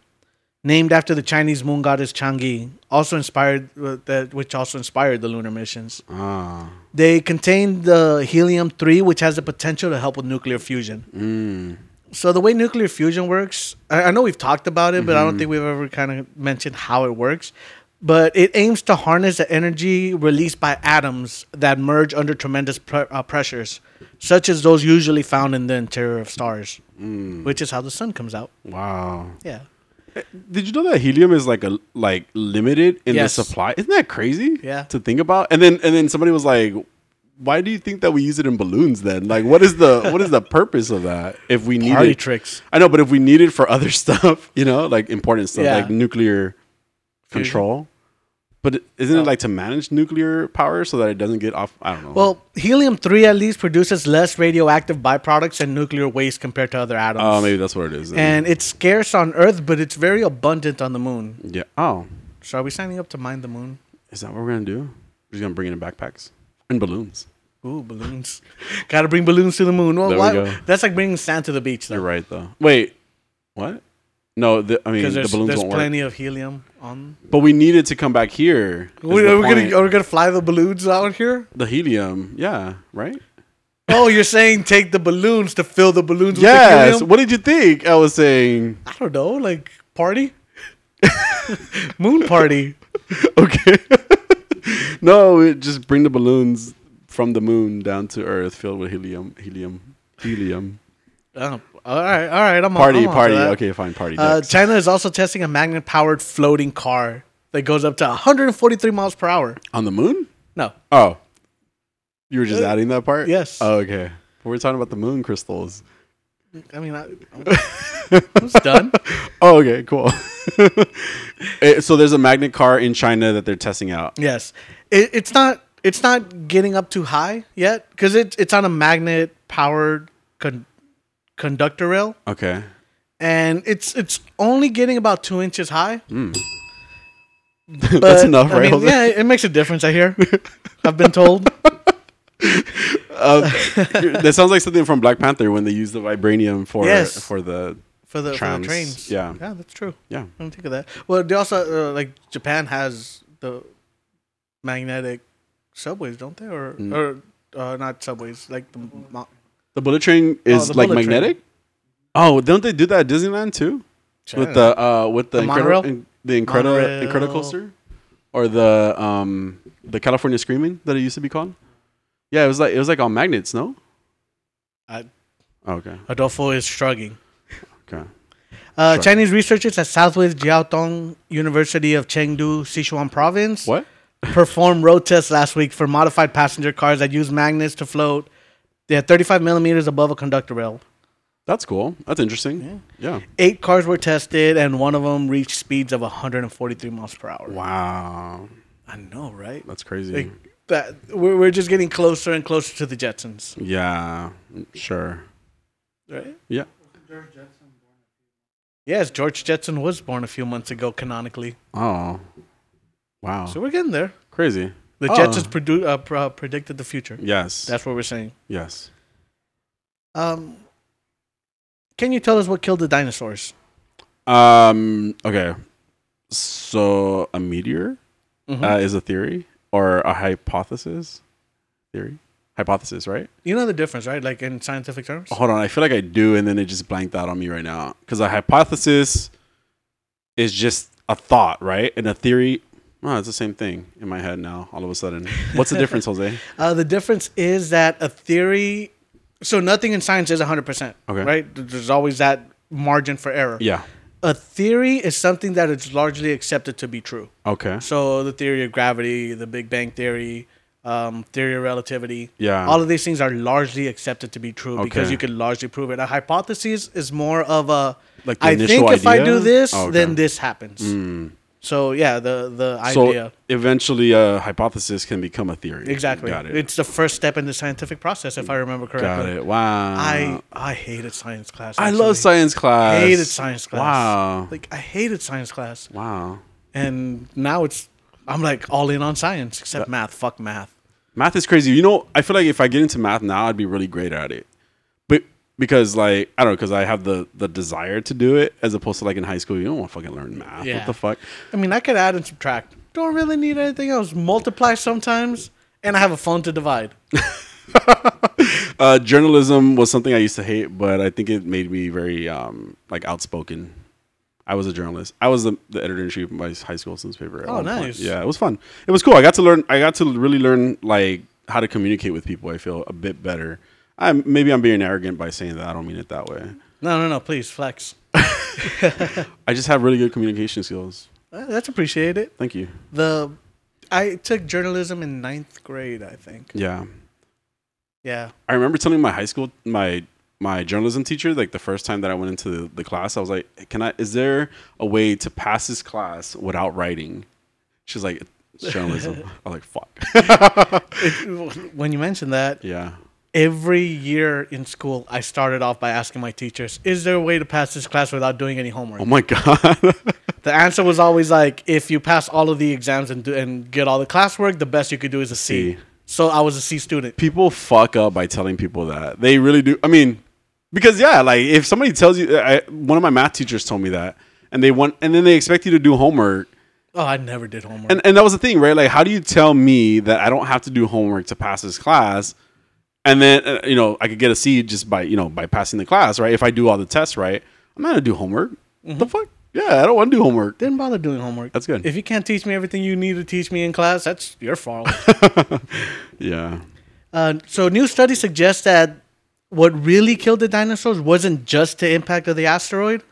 S1: named after the Chinese moon goddess Changi, also inspired uh, that which also inspired the lunar missions.
S2: Ah.
S1: They contain the helium three, which has the potential to help with nuclear fusion. So the way nuclear fusion works, I, I know we've talked about it, but I don't think we've ever kind of mentioned how it works. But it aims to harness the energy released by atoms that merge under tremendous pre- uh, pressures, such as those usually found in the interior of stars, which is how the sun comes out.
S2: Wow.
S1: Yeah.
S2: Did you know that helium is like a like limited in
S1: Yes.
S2: the supply? Isn't that crazy?
S1: Yeah.
S2: To think about. And then and then somebody was like, "Why do you think that we use it in balloons then? Like, what is the what is the purpose of that? If we need
S1: Party
S2: it,
S1: tricks.
S2: I know, but if we need it for other stuff, you know, like important stuff,
S1: Yeah.
S2: like nuclear control. But
S1: Oh.
S2: isn't it like to manage nuclear power so that it doesn't get off? I don't know.
S1: Well, helium three at least produces less radioactive byproducts and nuclear waste compared to other atoms.
S2: oh, maybe that's what it is. then.
S1: and it's scarce on Earth, but it's very abundant on the moon.
S2: yeah. Oh,
S1: So are we signing up to mine the moon?
S2: is that what we're gonna do? We're just gonna bring it in backpacks and balloons.
S1: Ooh, balloons! Got to bring balloons to the moon. Well,
S2: There we
S1: why,
S2: go.
S1: That's like bringing sand to the beach,
S2: You're
S1: though,
S2: right, though. Wait, what? No, the, I mean
S1: because
S2: the
S1: there's,
S2: balloons
S1: there's
S2: won't
S1: plenty of helium on.
S2: work. But we need it to come back here. is
S1: Wait,
S2: the
S1: are we
S2: point.
S1: gonna are we gonna fly the balloons out here?
S2: the helium? Yeah, right.
S1: Oh, you're saying take the balloons to fill the balloons with the
S2: Yes.
S1: helium?
S2: What did you think? I was saying.
S1: I don't know, like party, moon party.
S2: Okay. no, it just bring the balloons from the moon down to Earth, filled with helium, helium, helium.
S1: Oh, all right, all right. I'm on-
S2: Party,
S1: I'm on for
S2: party.
S1: that.
S2: Okay, fine. Party.
S1: Uh,
S2: next.
S1: China is also testing a magnet-powered floating car that goes up to 143 miles per hour.
S2: On the moon?
S1: No,
S2: Oh, you were just adding that part.
S1: uh, yes.
S2: Oh, okay. We We're talking about the moon crystals.
S1: I mean, I, I was done.
S2: Oh, okay, cool. Eh, so there's a magnet car in China that they're testing out.
S1: Yes, it, it's not it's not getting up too high yet because it's it's on a magnet powered con- conductor rail,
S2: Okay.
S1: and it's it's only getting about two inches high.
S2: Mm, That's
S1: But,
S2: enough,
S1: I
S2: right?
S1: mean, yeah, it makes a difference. I hear. I've been told.
S2: Uh, that sounds like something from Black Panther when they use the vibranium for
S1: Yes.
S2: for the
S1: for the, for the
S2: Trams,
S1: trains.
S2: yeah.
S1: yeah, that's true.
S2: yeah.
S1: I don't think of that. Well, they also uh, like Japan has the magnetic subways, don't they? Or
S2: Mm.
S1: or uh, not subways, like the mo-
S2: The bullet train is
S1: the
S2: like
S1: bullet train.
S2: magnetic. Oh, don't they do that at Disneyland too? With the uh, with the,
S1: The
S2: incredi-
S1: monorail?
S2: in- the
S1: Monorail.
S2: incredible incredicoaster, or the um the California Screaming that it used to be called. Yeah, it was like it was like on magnets, no?
S1: I-
S2: Oh, okay,
S1: Adolfo is shrugging.
S2: okay.
S1: Uh, Chinese researchers at Southwest Jiaotong University of Chengdu, Sichuan Province,
S2: What?
S1: performed road tests last week for modified passenger cars that use magnets to float. They had 35 millimeters above a conductor rail.
S2: That's cool. That's interesting. Yeah.
S1: Eight cars were tested, and one of them reached speeds of 143 miles per hour.
S2: Wow,
S1: I know, right?
S2: that's crazy.
S1: Like
S2: Mm.
S1: that, we're, we're just getting closer and closer to the Jetsons,
S2: yeah, sure.
S1: right?
S2: Yeah.
S1: Yes, George Jetson was born a few months ago canonically,
S2: Oh, wow,
S1: so we're getting there.
S2: crazy.
S1: The
S2: Oh.
S1: Jetsons produ- uh, pr- uh, predicted the future.
S2: Yes.
S1: That's what we're saying.
S2: yes.
S1: Um, can you tell us what killed the dinosaurs?
S2: Um. Okay. So a meteor uh,
S1: Mhm.
S2: is a theory or a hypothesis. Theory, hypothesis, right?
S1: you know the difference, right? Like in scientific terms.
S2: Hold on, I feel like I do, and then it just blanked out on me right now. Because a hypothesis is just a thought, right? And a theory, oh, it's the same thing in my head now. All of a sudden, what's the difference, Jose?
S1: Uh, the difference is that a theory, so nothing in science is 100%,
S2: Okay.
S1: right? There's always that margin for error.
S2: Yeah.
S1: a theory is something that is largely accepted to be true.
S2: Okay.
S1: So the theory of gravity, the Big Bang theory, um, theory of relativity.
S2: Yeah.
S1: All of these things are largely accepted to be true because
S2: Okay.
S1: you can largely prove it. A hypothesis is more of a
S2: Like the
S1: I
S2: initial
S1: think if I do
S2: idea?
S1: this,
S2: Oh, okay. Hmm.
S1: then this happens. So yeah, the the
S2: So
S1: idea
S2: eventually, a hypothesis can become a theory.
S1: exactly.
S2: Got it.
S1: It's the first step in the scientific process, if I remember correctly.
S2: Got it. Wow.
S1: I I hated science class.
S2: I
S1: actually.
S2: love science class.
S1: Hated science class.
S2: Wow.
S1: Like I hated science class.
S2: wow.
S1: and now it's I'm like all in on science
S2: Uh,
S1: except math. Fuck math.
S2: Math is crazy. You know, I feel like if I get into math now, I'd be really great at it. But because like I don't know, because I have the the desire to do it as opposed to like in high school, you don't want to fucking learn math. What
S1: Yeah.
S2: the fuck?
S1: I mean, I could add and subtract. Don't really need anything else. Multiply sometimes, and I have a phone to divide.
S2: Uh, journalism was something I used to hate, but I think it made me very um like outspoken. I was a journalist. I was the, the editor in chief of my high school's newspaper. at
S1: Oh,
S2: one point.
S1: nice.
S2: Yeah, it was fun. It was cool. I got to learn. I got to really learn like how to communicate with people. I feel a bit better. I maybe I'm being arrogant by saying that. I don't mean it that way.
S1: No, no, no. Please flex.
S2: I just have really good communication skills.
S1: Uh, That's appreciated.
S2: Thank you.
S1: The I took journalism in ninth grade, I think.
S2: Yeah.
S1: Yeah.
S2: I remember telling my high school my my journalism teacher like the first time that I went into the, the class, I was like, "Can I? Is there a way to pass this class without writing?" She's like, "It's journalism." I was like, "Fuck."
S1: It- when you mentioned that,
S2: yeah.
S1: every year in school, I started off by asking my teachers, "Is there a way to pass this class without doing any homework?"
S2: Oh my god.
S1: The answer was always like, if you pass all of the exams and do, and get all the classwork, the best you could do is a C.
S2: C.
S1: So I was a C student.
S2: people fuck up by telling people that they really do. I mean, because yeah, like if somebody tells you, I, one of my math teachers told me that, and they want, and then they expect you to do homework.
S1: Oh, I never did homework.
S2: and, and that was the thing, right? Like, how do you tell me that I don't have to do homework to pass this class, and then uh, you know I could get a C just by you know by passing the class, right? If I do all the tests right, I'm not gonna do homework. The fuck? Yeah, I don't want to do homework.
S1: Didn't bother doing homework.
S2: That's good.
S1: Mm-hmm. If you can't teach me everything you need to teach me in class, that's your fault.
S2: Yeah,
S1: uh, so new study suggests that what really killed the dinosaurs wasn't just the impact of the asteroid.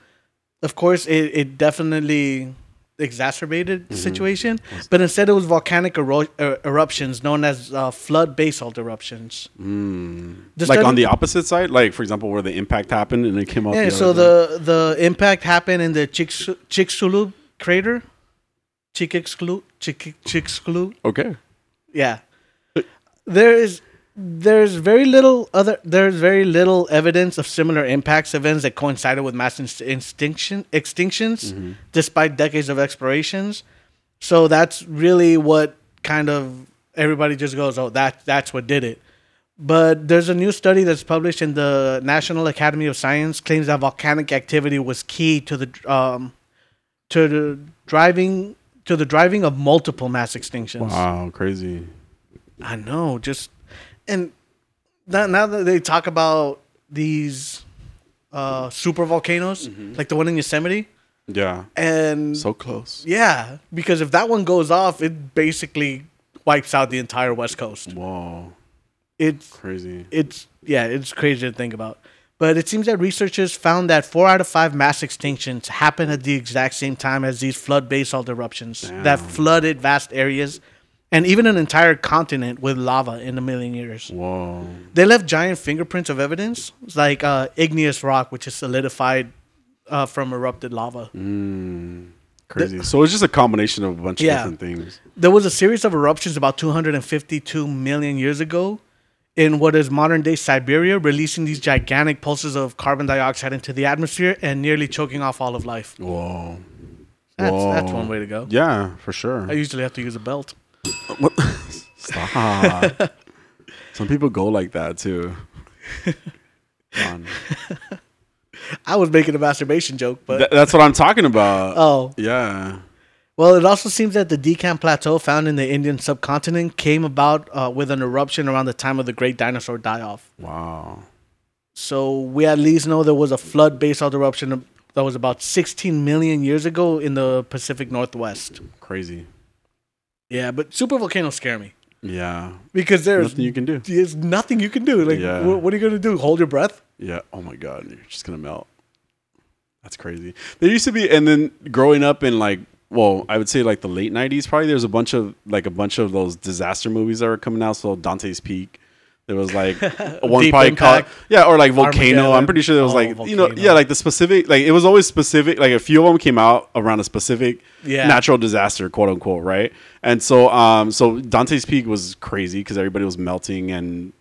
S1: Of course, it, it definitely exacerbated
S2: Mm-hmm.
S1: the situation, but instead it was volcanic ero- er, eruptions known as uh, flood basalt eruptions. The
S2: Mm. like on
S1: study-
S2: the opposite side, like for example, where the impact happened and it came up.
S1: Yeah,
S2: other
S1: so
S2: side.
S1: the the impact happened in the Chicxu- Chicxulub crater, Chicxulub, Chick- Chicxulub.
S2: okay,
S1: Yeah, there is there's very little other there's very little evidence of similar impacts events that coincided with mass inst- extinction extinctions, despite decades of explorations. So that's really what kind of everybody just goes, oh, that that's what did it. But there's a new study that's published in the National Academy of Science claims that volcanic activity was key to the um, to the driving to the driving of multiple mass extinctions.
S2: wow, crazy.
S1: I know, just and now, now that they talk about these uh, super volcanoes, like the one in Yosemite,
S2: Yeah,
S1: and
S2: so close.
S1: yeah, because if that one goes off, it basically wipes out the entire West Coast.
S2: Whoa,
S1: It's
S2: crazy.
S1: it's yeah, it's crazy to think about. But it seems that researchers found that four out of five mass extinctions happen at the exact same time as these flood basalt eruptions that flooded vast areas and even an entire continent with lava in a million years.
S2: Whoa,
S1: They left giant fingerprints of evidence, like uh, igneous rock, which is solidified uh, from erupted lava.
S2: Mm. crazy. so it's just a combination of a bunch of
S1: Yeah.
S2: different things.
S1: There was a series of eruptions about 252 million years ago in what is modern day Siberia, releasing these gigantic pulses of carbon dioxide into the atmosphere and nearly choking off all of life.
S2: Whoa.
S1: That's, that's
S2: Whoa.
S1: one way to go.
S2: Yeah, for sure.
S1: I usually have to use a belt.
S2: What? Stop. Some people go like that too. Come on.
S1: I was making a masturbation joke, but.
S2: Th- that's what I'm talking about.
S1: Oh,
S2: Yeah.
S1: Well, it also seems that the Deccan Plateau found in the Indian subcontinent came about uh, with an eruption around the time of the Great Dinosaur Die-Off.
S2: Wow.
S1: So we at least know there was a flood basalt eruption that was about 16 million years ago in the Pacific Northwest.
S2: Crazy.
S1: Yeah, but supervolcanoes scare me
S2: Yeah.
S1: because there's
S2: Nothing you can do.
S1: There's nothing you can do. Like,
S2: Yeah.
S1: wh- what are you gonna do? Hold your breath?
S2: Yeah. Oh my God. You're just going to melt. That's crazy. There used to be, and then growing up in like, well, I would say like the late '90s, probably. There's a bunch of like a bunch of those disaster movies that were coming out. So Dante's Peak. There was like one
S1: Deep
S2: probably called,
S1: Impact.
S2: yeah, or like Volcano. I'm
S1: Armageddon.
S2: pretty sure there was
S1: Oh,
S2: like you know,
S1: Volcano.
S2: yeah, like the specific, like it was always specific. Like a few of them came out around a specific
S1: Yeah.
S2: natural disaster, quote unquote, right? And so, um, so Dante's Peak was crazy because everybody was melting and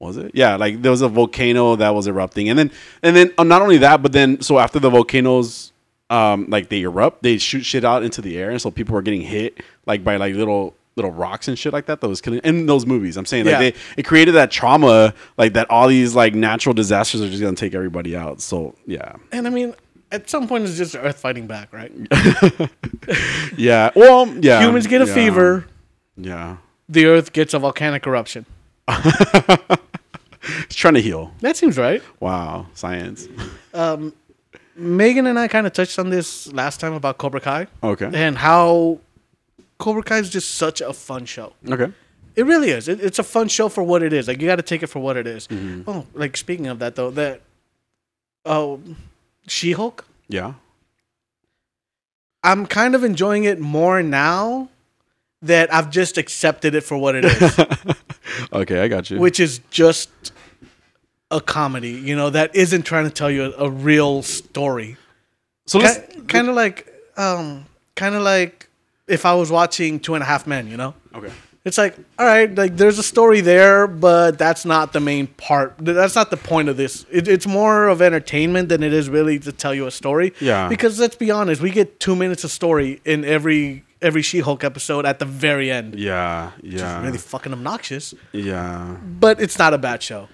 S2: was it? Yeah, like there was a volcano that was erupting, and then and then uh, not only that, but then so after the volcanoes, um, like they erupt, they shoot shit out into the air, and so people were getting hit like by like little little rocks and shit like that that was killing in those movies. I'm saying like
S1: Yeah.
S2: they it created that trauma like that all these like natural disasters are just gonna take everybody out. So yeah,
S1: And I mean, at some point, it's just Earth fighting back, right?
S2: yeah. Well, yeah.
S1: Humans get a
S2: Yeah.
S1: fever.
S2: Yeah,
S1: The Earth gets a volcanic eruption.
S2: it's trying to heal.
S1: That seems right.
S2: Wow, science.
S1: Megan and I kind of touched on this last time about Cobra Kai
S2: Okay.
S1: and how Cobra Kai is just such a fun show.
S2: Okay.
S1: It really is. It, it's a fun show for what it is. Like you got to take it for what it is. Oh, like speaking of that though, that oh, She Hulk.
S2: Yeah.
S1: I'm kind of enjoying it more now that I've just accepted it for what it is,
S2: Okay, I got you.
S1: which is just a comedy. You know that isn't trying to tell you a, a real story.
S2: so let's
S1: Kind of like, um, kind of like if I was watching Two and a Half Men. You know.
S2: okay.
S1: It's like, all right, like there's a story there, but that's not the main part. Th- That's not the point of this. It, it's more of entertainment than it is really to tell you a story.
S2: Yeah.
S1: Because let's be honest, we get two minutes of story in every every She-Hulk episode at the very end.
S2: Yeah, yeah,
S1: Really Mm. fucking obnoxious,
S2: yeah.
S1: but it's not a bad show.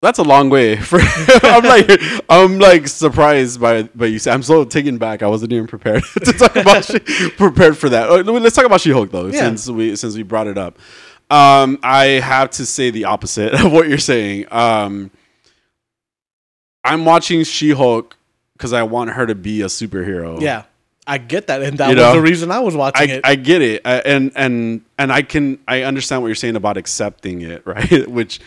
S2: That's a long way. For I'm like, I'm like surprised by by you. I'm so taken back. I wasn't even prepared to talk about she, prepared for that. Uh, Let's talk about She-Hulk though,
S1: Yeah.
S2: since we since we brought it up. Um, I have to say the opposite of what you're saying. Um, I'm watching She-Hulk because I want her to be a superhero.
S1: Yeah, I get that, and that
S2: You
S1: was
S2: know,
S1: the reason I was watching
S2: I,
S1: it.
S2: I get it, I, and and and I can I understand what you're saying about accepting it, right? Which,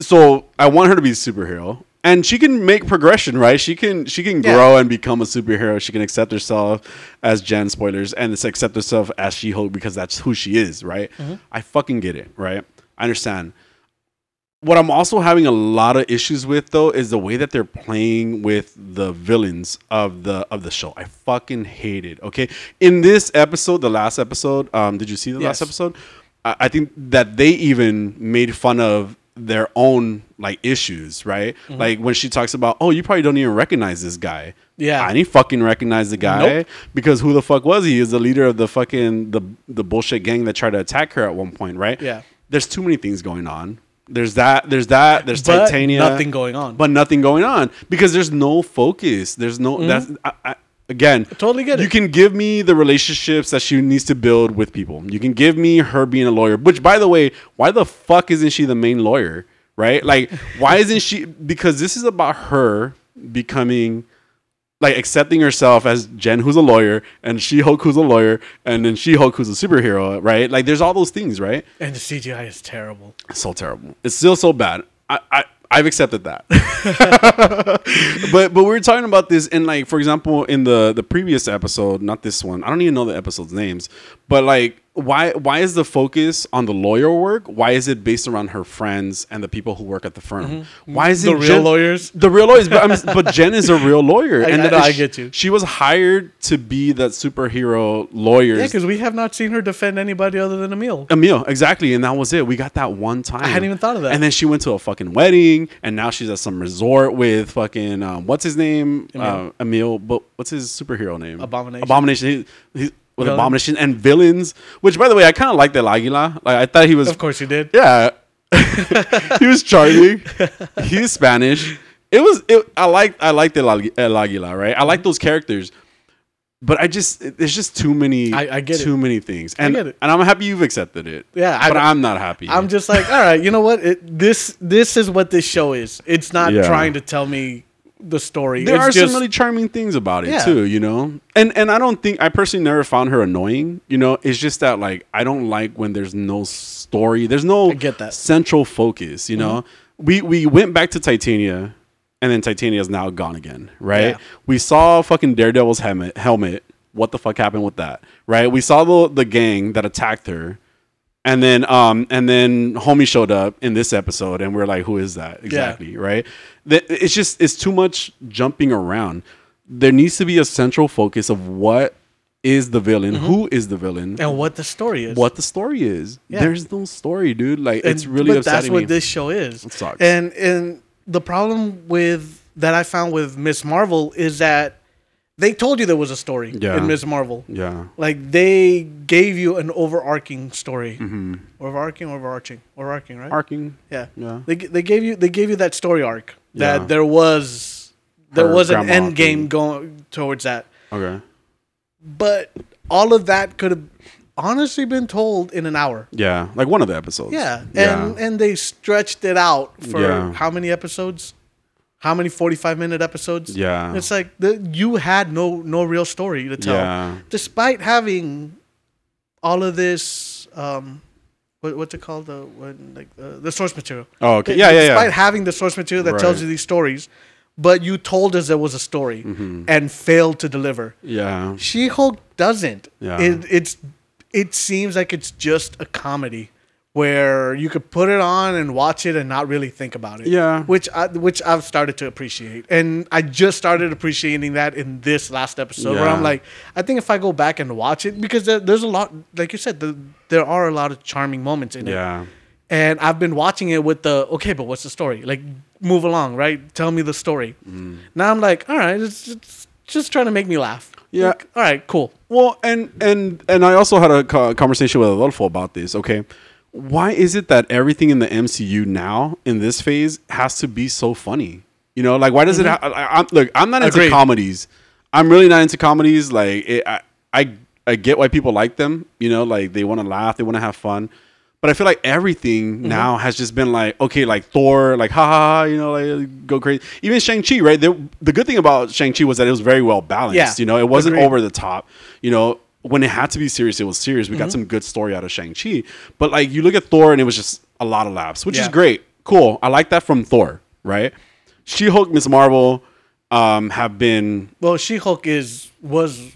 S2: so I want her to be a superhero, and she can make progression, right? She can she can
S1: Yeah.
S2: grow and become a superhero. She can accept herself as Jen spoilers, and it's accept herself as She Hulk because that's who she is, right?
S1: Mm-hmm.
S2: I fucking get it, right? I understand. What I'm also having a lot of issues with though is the way that they're playing with the villains of the of the show. I fucking hate it. Okay, in this episode, the last episode, um, did you see the last
S1: Yes.
S2: episode? I, I think that they even made fun of their own like issues, right?
S1: Mm-hmm.
S2: Like when she talks about, oh, you probably don't even recognize this guy.
S1: Yeah.
S2: I didn't fucking recognize the guy
S1: Nope.
S2: because who the fuck was he? He was the leader of the fucking the the bullshit gang that tried to attack her at one point, right?
S1: Yeah.
S2: There's too many things going on. There's that. There's that. There's
S1: But
S2: Titania.
S1: nothing going on.
S2: But nothing going on because there's no focus. There's no. That's I, I, again.
S1: Mm-hmm. totally get
S2: You
S1: it.
S2: can give me the relationships that she needs to build with people. You can give me her being a lawyer. Which, by the way, why the fuck isn't she the main lawyer? Right? Like, why isn't she? Because this is about her becoming like accepting herself as Jen, who's a lawyer, and She Hulk, who's a lawyer, and then She Hulk, who's a superhero, right? Like, there's all those things, right?
S1: and the CGI is terrible.
S2: It's so terrible. It's still so bad. I, I I've accepted that. but but we were talking about this in like for example in the the previous episode, not this one. I don't even know the episode's names, but like why why is the focus on the lawyer work? Why is it based around her friends and the people who work at the firm? Why is
S1: Mm-hmm. The
S2: it
S1: real lawyers?
S2: The real lawyers, but, I'm, but Jen is a real lawyer,
S1: I-
S2: and
S1: I
S2: that-
S1: know, I
S2: she-
S1: get you.
S2: She was hired to be that superhero lawyer.
S1: Yeah, because we have not seen her defend anybody other than Emil.
S2: Emil, exactly, and that was it. We got that one time. I
S1: hadn't even thought of that.
S2: And then she went to a fucking wedding, and now she's at some resort with fucking um, what's his name, Emil. Uh, Emil. But what's his superhero name?
S1: Abomination.
S2: Abomination. He, he, with
S1: Villain.
S2: abomination and villains. Which, by the way, I kind of like that Lagila. Like I thought he was.
S1: Of course, you did.
S2: Yeah. he was Charlie. He's Spanish. It was. It, I like. I liked El Agu- El Aguila. Right. I
S1: Mm-hmm.
S2: like those characters. But I just it- there's just too many
S1: I- I get it.
S2: too many things, and
S1: get it.
S2: and I'm happy you've accepted it.
S1: Yeah, I
S2: but
S1: don't-
S2: I, am not happy.
S1: I'm just like, all right, you know what? It, this this is what this show is. It's not
S2: Yeah.
S1: trying to tell me the story.
S2: there
S1: it's
S2: are
S1: just,
S2: some really charming things about it
S1: Yeah.
S2: too, you know. And and I don't think I personally never found her annoying. You know, it's just that like I don't like when there's no story, there's no
S1: get that. Mm-hmm.
S2: central focus. You know, we we went back to Titania and then Titania is now gone again, right?
S1: Yeah.
S2: We saw fucking Daredevil's helmet. Helmet. What the fuck happened with that, right? We saw the the gang that attacked her, and then um and then homie showed up in this episode, and we're like, who is that exactly, right? Th- It's just it's too much jumping around. There needs to be a central focus of what is the villain,
S1: Mm-hmm.
S2: who is the villain,
S1: and what the story is.
S2: what the story is.
S1: Yeah.
S2: There's no story, dude. Like
S1: And-
S2: it's really
S1: but that's
S2: upsetting
S1: what
S2: me.
S1: this show is. It
S2: sucks.
S1: And and the problem with that I found with Miss Marvel is that they told you there was a story
S2: Yeah.
S1: in Miss Marvel.
S2: yeah.
S1: Like they gave you an overarching story,
S2: Mm-hmm.
S1: overarching, overarching, overarching, right?
S2: Arcing.
S1: Yeah.
S2: Yeah.
S1: They, g- they gave you they gave you that story arc that
S2: Yeah.
S1: there was there
S2: Her
S1: was an
S2: grandma
S1: end game
S2: thing.
S1: going towards that.
S2: Okay.
S1: But all of that could have honestly been told in an hour.
S2: Yeah, like one of the episodes.
S1: Yeah. And
S2: yeah.
S1: and they stretched it out for
S2: Yeah.
S1: how many episodes? How many 45 minute episodes?
S2: Yeah.
S1: It's like the, you had no no real story to tell.
S2: Yeah.
S1: Despite having all of this um what, what's it called the when, like uh, the source material.
S2: oh, okay. Yeah, yeah,
S1: Despite
S2: yeah.
S1: having the source material that tells
S2: Right.
S1: you these stories, but you told us there was a story
S2: Mm-hmm.
S1: and failed to deliver.
S2: yeah.
S1: She Hulk doesn't.
S2: Yeah.
S1: It, it's it seems like it's just a comedy where you could put it on and watch it and not really think about it.
S2: Yeah.
S1: Which I which I've started to appreciate. And I just started appreciating that in this last episode where I'm
S2: Yeah.
S1: like I think if I go back and watch it because there, there's a lot like you said the, there are a lot of charming moments in it
S2: Yeah.
S1: and I've been watching it with the okay, but what's the story? Like, move along, right? Tell me the story.
S2: Mm.
S1: Now I'm like, all right, it's, it's just trying to make me laugh.
S2: Yeah.
S1: Like, all right, cool.
S2: Well, and and and I also had a co- conversation with Adolfo about this. Okay, why is it that everything in the MCU now in this phase has to be so funny? You know, like why does it? Ha- I, I, I'm, look, I'm not into
S1: Mm-hmm. Agreed.
S2: comedies. I'm really not into comedies. Like it, I, I I get why people like them. You know, like they want to laugh, they want to have fun. But I feel like everything
S1: Mm-hmm.
S2: now has just been like okay, like Thor, like ha ha, ha, you know, like go crazy. Even Shang Chi, right? The, the good thing about Shang Chi was that it was very well balanced.
S1: Yeah.
S2: You know, it wasn't
S1: Agreed.
S2: over over the top. You know, when it had to be serious, it was serious. We
S1: Mm-hmm.
S2: got some good story out of Shang Chi, but like you look at Thor, and it was just a lot of laughs, which is
S1: Yeah.
S2: great, cool. I like that from Thor, right? She Hulk, Miss Marvel, um, have been
S1: Well, She Hulk is was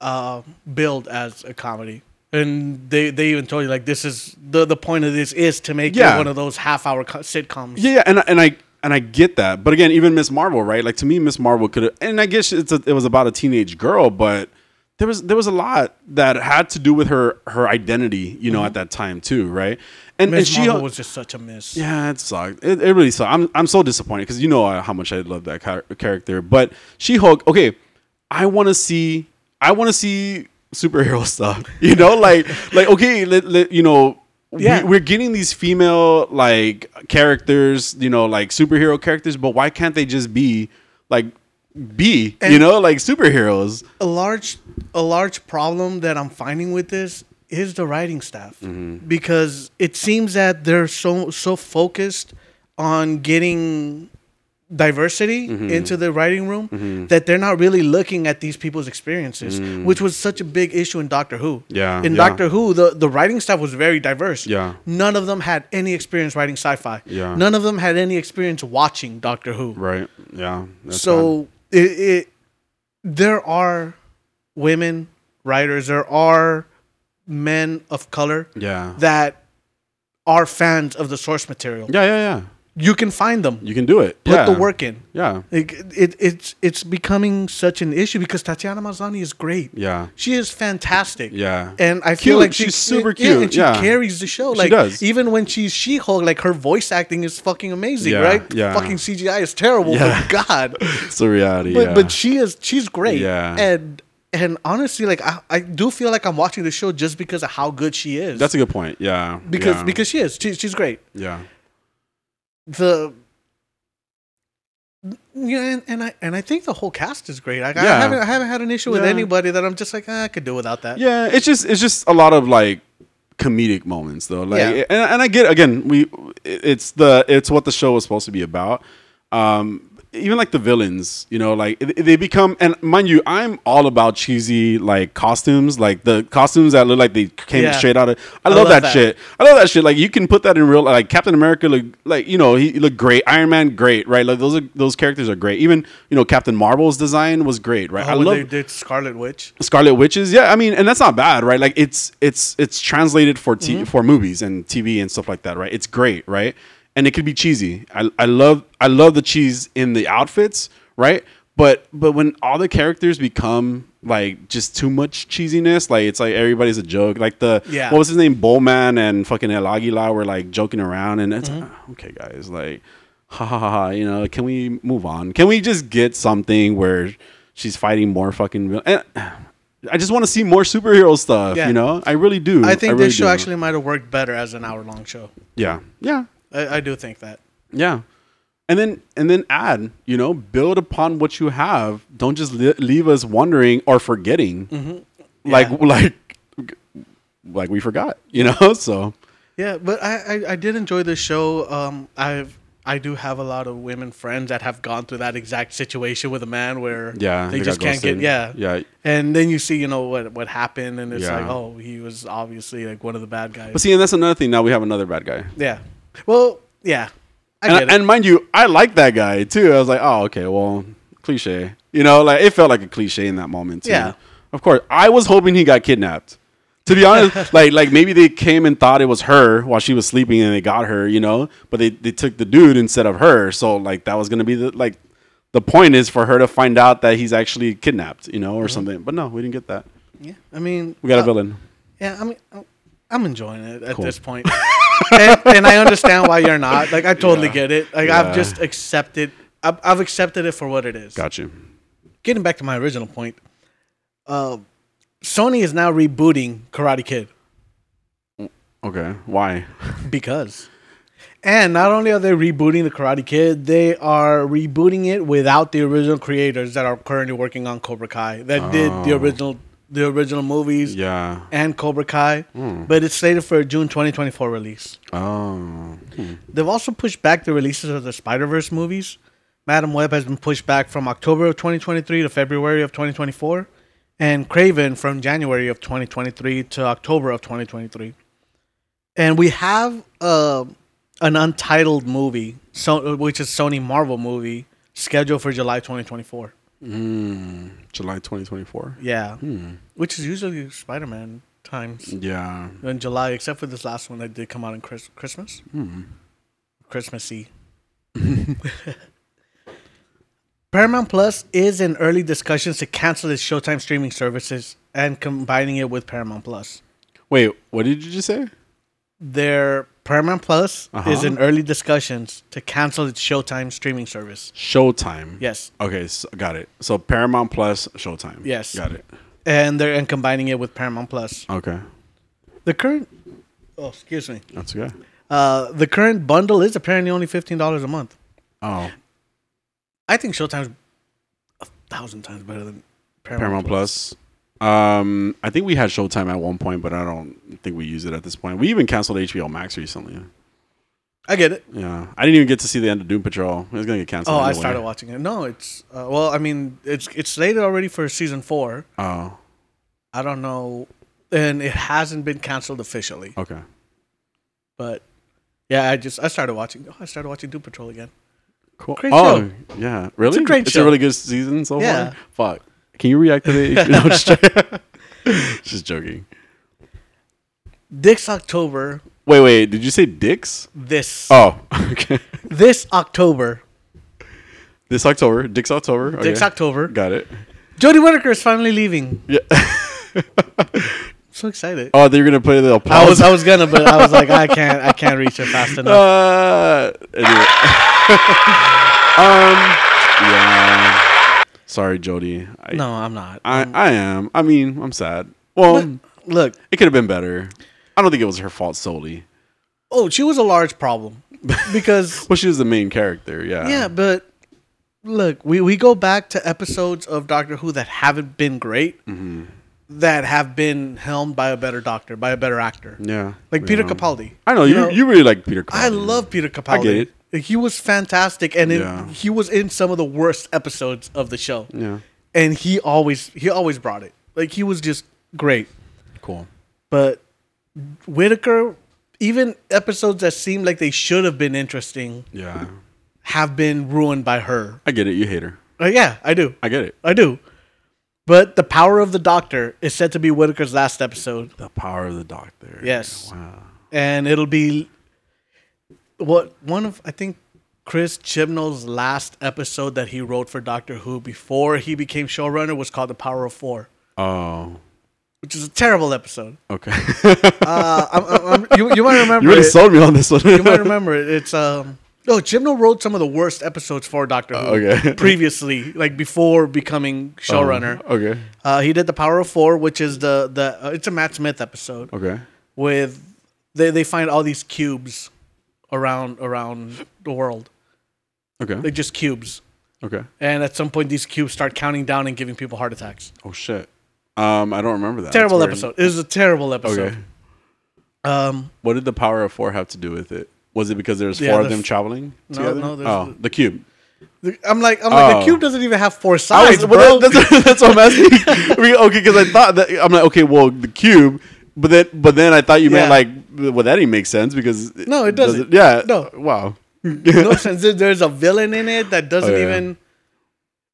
S1: uh, billed as a comedy, and they they even told you like this is the the point of this is to make
S2: Yeah.
S1: it one of those half hour co- sitcoms.
S2: Yeah, yeah, and I- and I and I get that, but again, even Miss Marvel, right? Like to me, Miss Marvel could have, and I guess it's a, it was about a teenage girl, but there was there was a lot that had to do with her her identity, you know, at that time too, right? And, and
S1: Mm-hmm. Miss
S2: she
S1: Marvel was just such a miss.
S2: Yeah, it sucked. It, it really sucked. I'm I'm so disappointed because you know uh, how much I love that char- character. But She Hulk, okay, I want to see I want to see superhero stuff. You know, like like okay, let, let- you know.
S1: Yeah.
S2: We, we're getting these female like characters, you know, like superhero characters, but why can't they just be like be, you know, like superheroes?
S1: a large a large problem that I'm finding with this is the writing staff
S2: Mm-hmm.
S1: because it seems that they're so so focused on getting diversity
S2: Mm-hmm.
S1: into the writing room that they're not really looking at these people's experiences which was such a big issue in Doctor Who.
S2: Mm. Yeah,
S1: In
S2: yeah.
S1: Doctor Who the the writing staff was very diverse.
S2: Yeah.
S1: None of them had any experience writing sci-fi.
S2: Yeah.
S1: None of them had any experience watching Doctor Who
S2: Right. Yeah. that's bad.
S1: so it, it there are women writers there are men of color
S2: yeah.
S1: that are fans of the source material
S2: yeah, yeah, yeah.
S1: you can find them
S2: You can do it.
S1: put
S2: yeah.
S1: the work in
S2: Yeah.
S1: like, it, it's it's becoming such an issue because Tatiana Maslany is great
S2: Yeah.
S1: she is fantastic
S2: Yeah.
S1: and I
S2: Cute.
S1: feel like she-
S2: She's super
S1: yeah, and
S2: cute.
S1: she
S2: Yeah.
S1: carries the show. Like
S2: does.
S1: even when she's She Hulk, like her voice acting is fucking amazing,
S2: Yeah,
S1: right?
S2: yeah.
S1: Fucking CGI is terrible,
S2: Yeah.
S1: but God,
S2: It's a reality.
S1: but
S2: yeah.
S1: but she is she's great.
S2: Yeah.
S1: And and honestly, like I, I do feel like I'm watching the show just because of how good she is.
S2: That's a good point. Yeah.
S1: because
S2: yeah.
S1: because she is. She, she's great.
S2: yeah.
S1: The yeah, and, and I and I think the whole cast is great. Like, I
S2: Yeah.
S1: haven't I haven't had an issue with
S2: Yeah.
S1: anybody that I'm just like ah, I could do without that.
S2: Yeah, it's just it's just a lot of like comedic moments though. Like
S1: Yeah.
S2: and, and I get again, we it- it's the it's what the show was supposed to be about. Um even like the villains, you know, like th- they become and mind you, I'm all about cheesy like costumes, like the costumes that look like they came
S1: Yeah.
S2: straight out of. I love,
S1: love
S2: that,
S1: that.
S2: shit. I love that shit. Like you can put that in real like Captain America look like you know he looked great. Iron Man great, right? Like those are those characters are great. Even you know Captain Marvel's design was great, right? I
S1: Oh, when
S2: love
S1: they did Scarlet Witch.
S2: Scarlet Witches. Yeah, I mean, and that's not bad, right? Like it's it's it's translated for t- for movies and TV and stuff like that, right? It's great, right? And it could be cheesy. I, I love I love the cheese in the outfits, right? But but when all the characters become like just too much cheesiness, like it's like everybody's a joke. Like the
S1: Yeah.
S2: what was his name, Bowman and fucking El Aguila were like joking around, and it's
S1: Mm-hmm.
S2: ah, okay, guys, like ha ha ha ha. You know, can we move on? Can we just get something where she's fighting more fucking? vil- And ah, I just want to see more superhero stuff.
S1: Yeah.
S2: You know, I really do.
S1: I think
S2: really
S1: this show
S2: do.
S1: actually might have worked better as an hour long show.
S2: Yeah, yeah,
S1: I, I do think that.
S2: yeah. And then and then add, you know, build upon what you have. Don't just li- leave us wondering or forgetting,
S1: Mm-hmm.
S2: like like like we forgot. You know, so
S1: Yeah, but I, I, I did enjoy this show. Um, I've I do have a lot of women friends that have gone through that exact situation with a man where
S2: yeah,
S1: they,
S2: got
S1: just can't get
S2: ghosted.
S1: yeah
S2: yeah.
S1: And then you see you know what what happened and it's
S2: Yeah.
S1: like oh he was obviously like one of the bad guys.
S2: But see, and that's another thing. Now we have another bad guy.
S1: yeah. Well, yeah. I get
S2: and,
S1: it.
S2: and mind you, I like that guy too. I was like, oh, okay, well, cliche. You know, like it felt like a cliche in that moment. Too.
S1: Yeah.
S2: Of course, I was hoping he got kidnapped. To be honest, like like maybe they came and thought it was her while she was sleeping and they got her, you know. But they they took the dude instead of her, so like that was gonna be the like the point is for her to find out that he's actually kidnapped, you know, or something. But no, we didn't get that.
S1: yeah. I mean
S2: We got a
S1: Mm-hmm. uh,
S2: villain.
S1: Yeah, I mean, I'm- I'm enjoying it at this point, and, and I understand why you're not. Like, I totally
S2: Yeah.
S1: get it. Like,
S2: Yeah.
S1: I've just accepted. I've, I've accepted it for what it is.
S2: Got you.
S1: Getting back to my original point, uh, Sony is now rebooting Karate Kid
S2: Okay. Why?
S1: because, and not only are they rebooting the Karate Kid, they are rebooting it without the original creators that are currently working on Cobra Kai that did the
S2: Oh.
S1: original the original movies
S2: Yeah. Hmm.
S1: and Cobra Kai, but it's slated for a June 2024 release.
S2: Oh. Hmm.
S1: They've also pushed back the releases of the Spider Verse movies. Madam Web has been pushed back from October of 2023 to February of 2024, and Craven from January of 2023 to October of 2023. And we have uh, an untitled movie, so, which is Sony Marvel movie, scheduled for July 2024.
S2: July 2024.
S1: Yeah, which is usually Spider Man times
S2: Yeah.
S1: in July, except for this last one that did come out in Chris- Christmas, Christmassy. Paramount Plus is in early discussions to cancel its Showtime streaming services and combining it with Paramount Plus.
S2: Wait, what did you just say?
S1: Their Paramount Plus is
S2: Uh-huh.
S1: in early discussions to cancel its Showtime streaming service.
S2: Showtime.
S1: Yes,
S2: Okay, so, got it. So Paramount Plus, Showtime.
S1: Yes.
S2: Got it.
S1: and they're and combining it with Paramount Plus.
S2: Okay,
S1: The current, oh excuse me,
S2: that's okay.
S1: uh, the current bundle is apparently only fifteen dollars a month.
S2: Oh,
S1: I think Showtime's a thousand times better than Paramount,
S2: Paramount Plus. Um, I think we had Showtime at one point, but I don't think we use it at this point. We even canceled HBO Max recently.
S1: I get it.
S2: Yeah, I didn't even get to see the end of Doom Patrol. It was gonna get canceled.
S1: Oh, I
S2: anyway.
S1: started watching it. No, it's uh, well, I mean, it's it's slated already for season four.
S2: Oh,
S1: I don't know, and it hasn't been canceled officially,
S2: okay.
S1: but yeah, I just I started watching. Oh, I started watching Doom Patrol again.
S2: Cool.
S1: Great
S2: oh, yeah. Really?
S1: great
S2: It's a
S1: show.
S2: really good season so
S1: Yeah.
S2: far. Fuck. Can you reactivate? no, just, joking. just joking.
S1: This October,
S2: Wait, wait. Did you say dicks?
S1: this
S2: Oh, okay.
S1: this October,
S2: This October, Dick's October. Okay.
S1: this October,
S2: Got it.
S1: Jodie Whittaker is finally leaving.
S2: Yeah.
S1: so excited.
S2: Oh, they're gonna play the
S1: I was
S2: applause.
S1: I was gonna, but I was like, I can't I can't reach her fast enough.
S2: uh, anyway. um. Yeah. Sorry, Jody. I,
S1: no, I'm not.
S2: I, I am. I mean, I'm sad. Well,
S1: Look,
S2: it could have been better. I don't think it was her fault solely.
S1: Oh, she was a large problem because
S2: Well, she was the main character. Yeah.
S1: yeah, but look, we we go back to episodes of Doctor Who that haven't been great, that have been helmed by a better doctor, by a better actor,
S2: Yeah.
S1: like Peter
S2: Yeah.
S1: Capaldi.
S2: I know you. You, really like Peter. Capaldi.
S1: I love Peter Capaldi.
S2: I get it.
S1: He was fantastic, and
S2: Yeah.
S1: in, he was in some of the worst episodes of the show.
S2: Yeah.
S1: and he always he always brought it. Like he was just great.
S2: Cool.
S1: But Whitaker, even episodes that seemed like they should have been interesting,
S2: Yeah.
S1: have been ruined by her.
S2: I get it. You hate her.
S1: Uh, yeah, I do.
S2: I get it.
S1: I do. But the power of the doctor is said to be Whitaker's last episode,
S2: The power of the doctor.
S1: Yes.
S2: Wow.
S1: and it'll be what one of I think Chris Chibnall's last episode that he wrote for Doctor Who before he became showrunner was called "The Power of Four,
S2: Oh.
S1: which is a terrible episode.
S2: Okay.
S1: Uh, I'm, I'm, I'm, you, you might remember.
S2: you really
S1: it.
S2: sold me on this one.
S1: you might remember it. It's um. No, Chibnall wrote some of the worst episodes for Doctor Who
S2: Uh, okay. Oh.
S1: previously, like before becoming showrunner.
S2: Okay.
S1: Uh, he did the Power of Four, which is the the uh, it's a Matt Smith episode
S2: Okay.
S1: with they they find all these cubes around around the world,
S2: Okay.
S1: They're just cubes,
S2: Okay.
S1: and at some point these cubes start counting down and giving people heart attacks.
S2: Oh shit. Um, I don't remember that. That's
S1: Terrible
S2: weird.
S1: episode. It was a terrible episode.
S2: Okay.
S1: Um,
S2: What did the power of four have to do with it? Was it because there was four
S1: Yeah,
S2: of
S1: there's-
S2: them traveling
S1: No,
S2: together?
S1: no, there's
S2: oh,
S1: the-
S2: the cube.
S1: the- I'm like I'm like
S2: Oh.
S1: the cube doesn't even have four
S2: I
S1: sides,
S2: was-
S1: bro.
S2: well, that- that's, that's what I'm asking. We- okay, because I thought that I'm like, okay, well, the cube, but then but then I thought you meant
S1: Yeah.
S2: like, well, that didn't make sense because
S1: No, it
S2: does-
S1: doesn't.
S2: Yeah,
S1: No.
S2: wow.
S1: no sense. There- There's a villain in it that doesn't
S2: Oh, yeah.
S1: even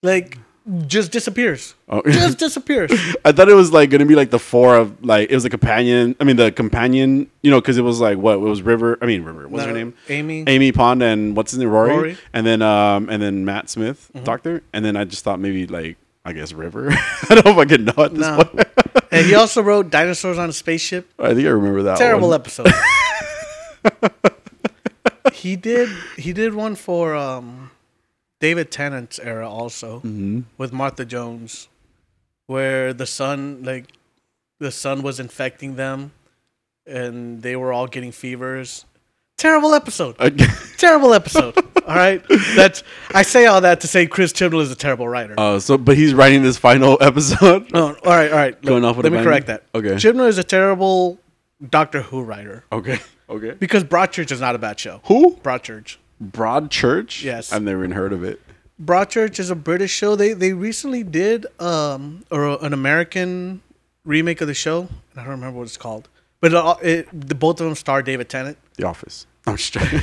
S1: like just disappears.
S2: Oh.
S1: Just disappears.
S2: I thought it was like going to be like the four of like it was a companion. I mean, the companion, you know, because it was like what it was River. I mean, River. What's her
S1: No,
S2: name?
S1: Amy.
S2: Amy Pond and what's his name? Rory.
S1: Rory. Mm-hmm.
S2: And then um and then Matt Smith, Doctor. And then I just thought maybe like I guess River. I don't fucking know at this
S1: No.
S2: point.
S1: and he also wrote Dinosaurs on a Spaceship.
S2: I think I remember that.
S1: Terrible
S2: one.
S1: episode. he did he did one for um, David Tennant's era also
S2: Mm-hmm.
S1: with Martha Jones, where the sun like the sun was infecting them, and they were all getting fevers. Terrible episode. terrible episode. all right, that's I say all that to say Chris Chibnall is a terrible writer.
S2: Uh, so, but he's writing this final episode.
S1: no, all right, all right. Look,
S2: Going off with
S1: let
S2: a
S1: me
S2: bang?
S1: correct that.
S2: Okay.
S1: Chibnall is a terrible Doctor Who writer
S2: okay. Okay.
S1: because Broadchurch is not a bad show.
S2: Who?
S1: Broadchurch.
S2: Broadchurch.
S1: Yes.
S2: I've never even heard of it.
S1: Broadchurch is a British show. They they recently did um or an American remake of the show. And I don't remember what it's called, but it, all- it, the both of them star David Tennant.
S2: The Office. I'm just joking.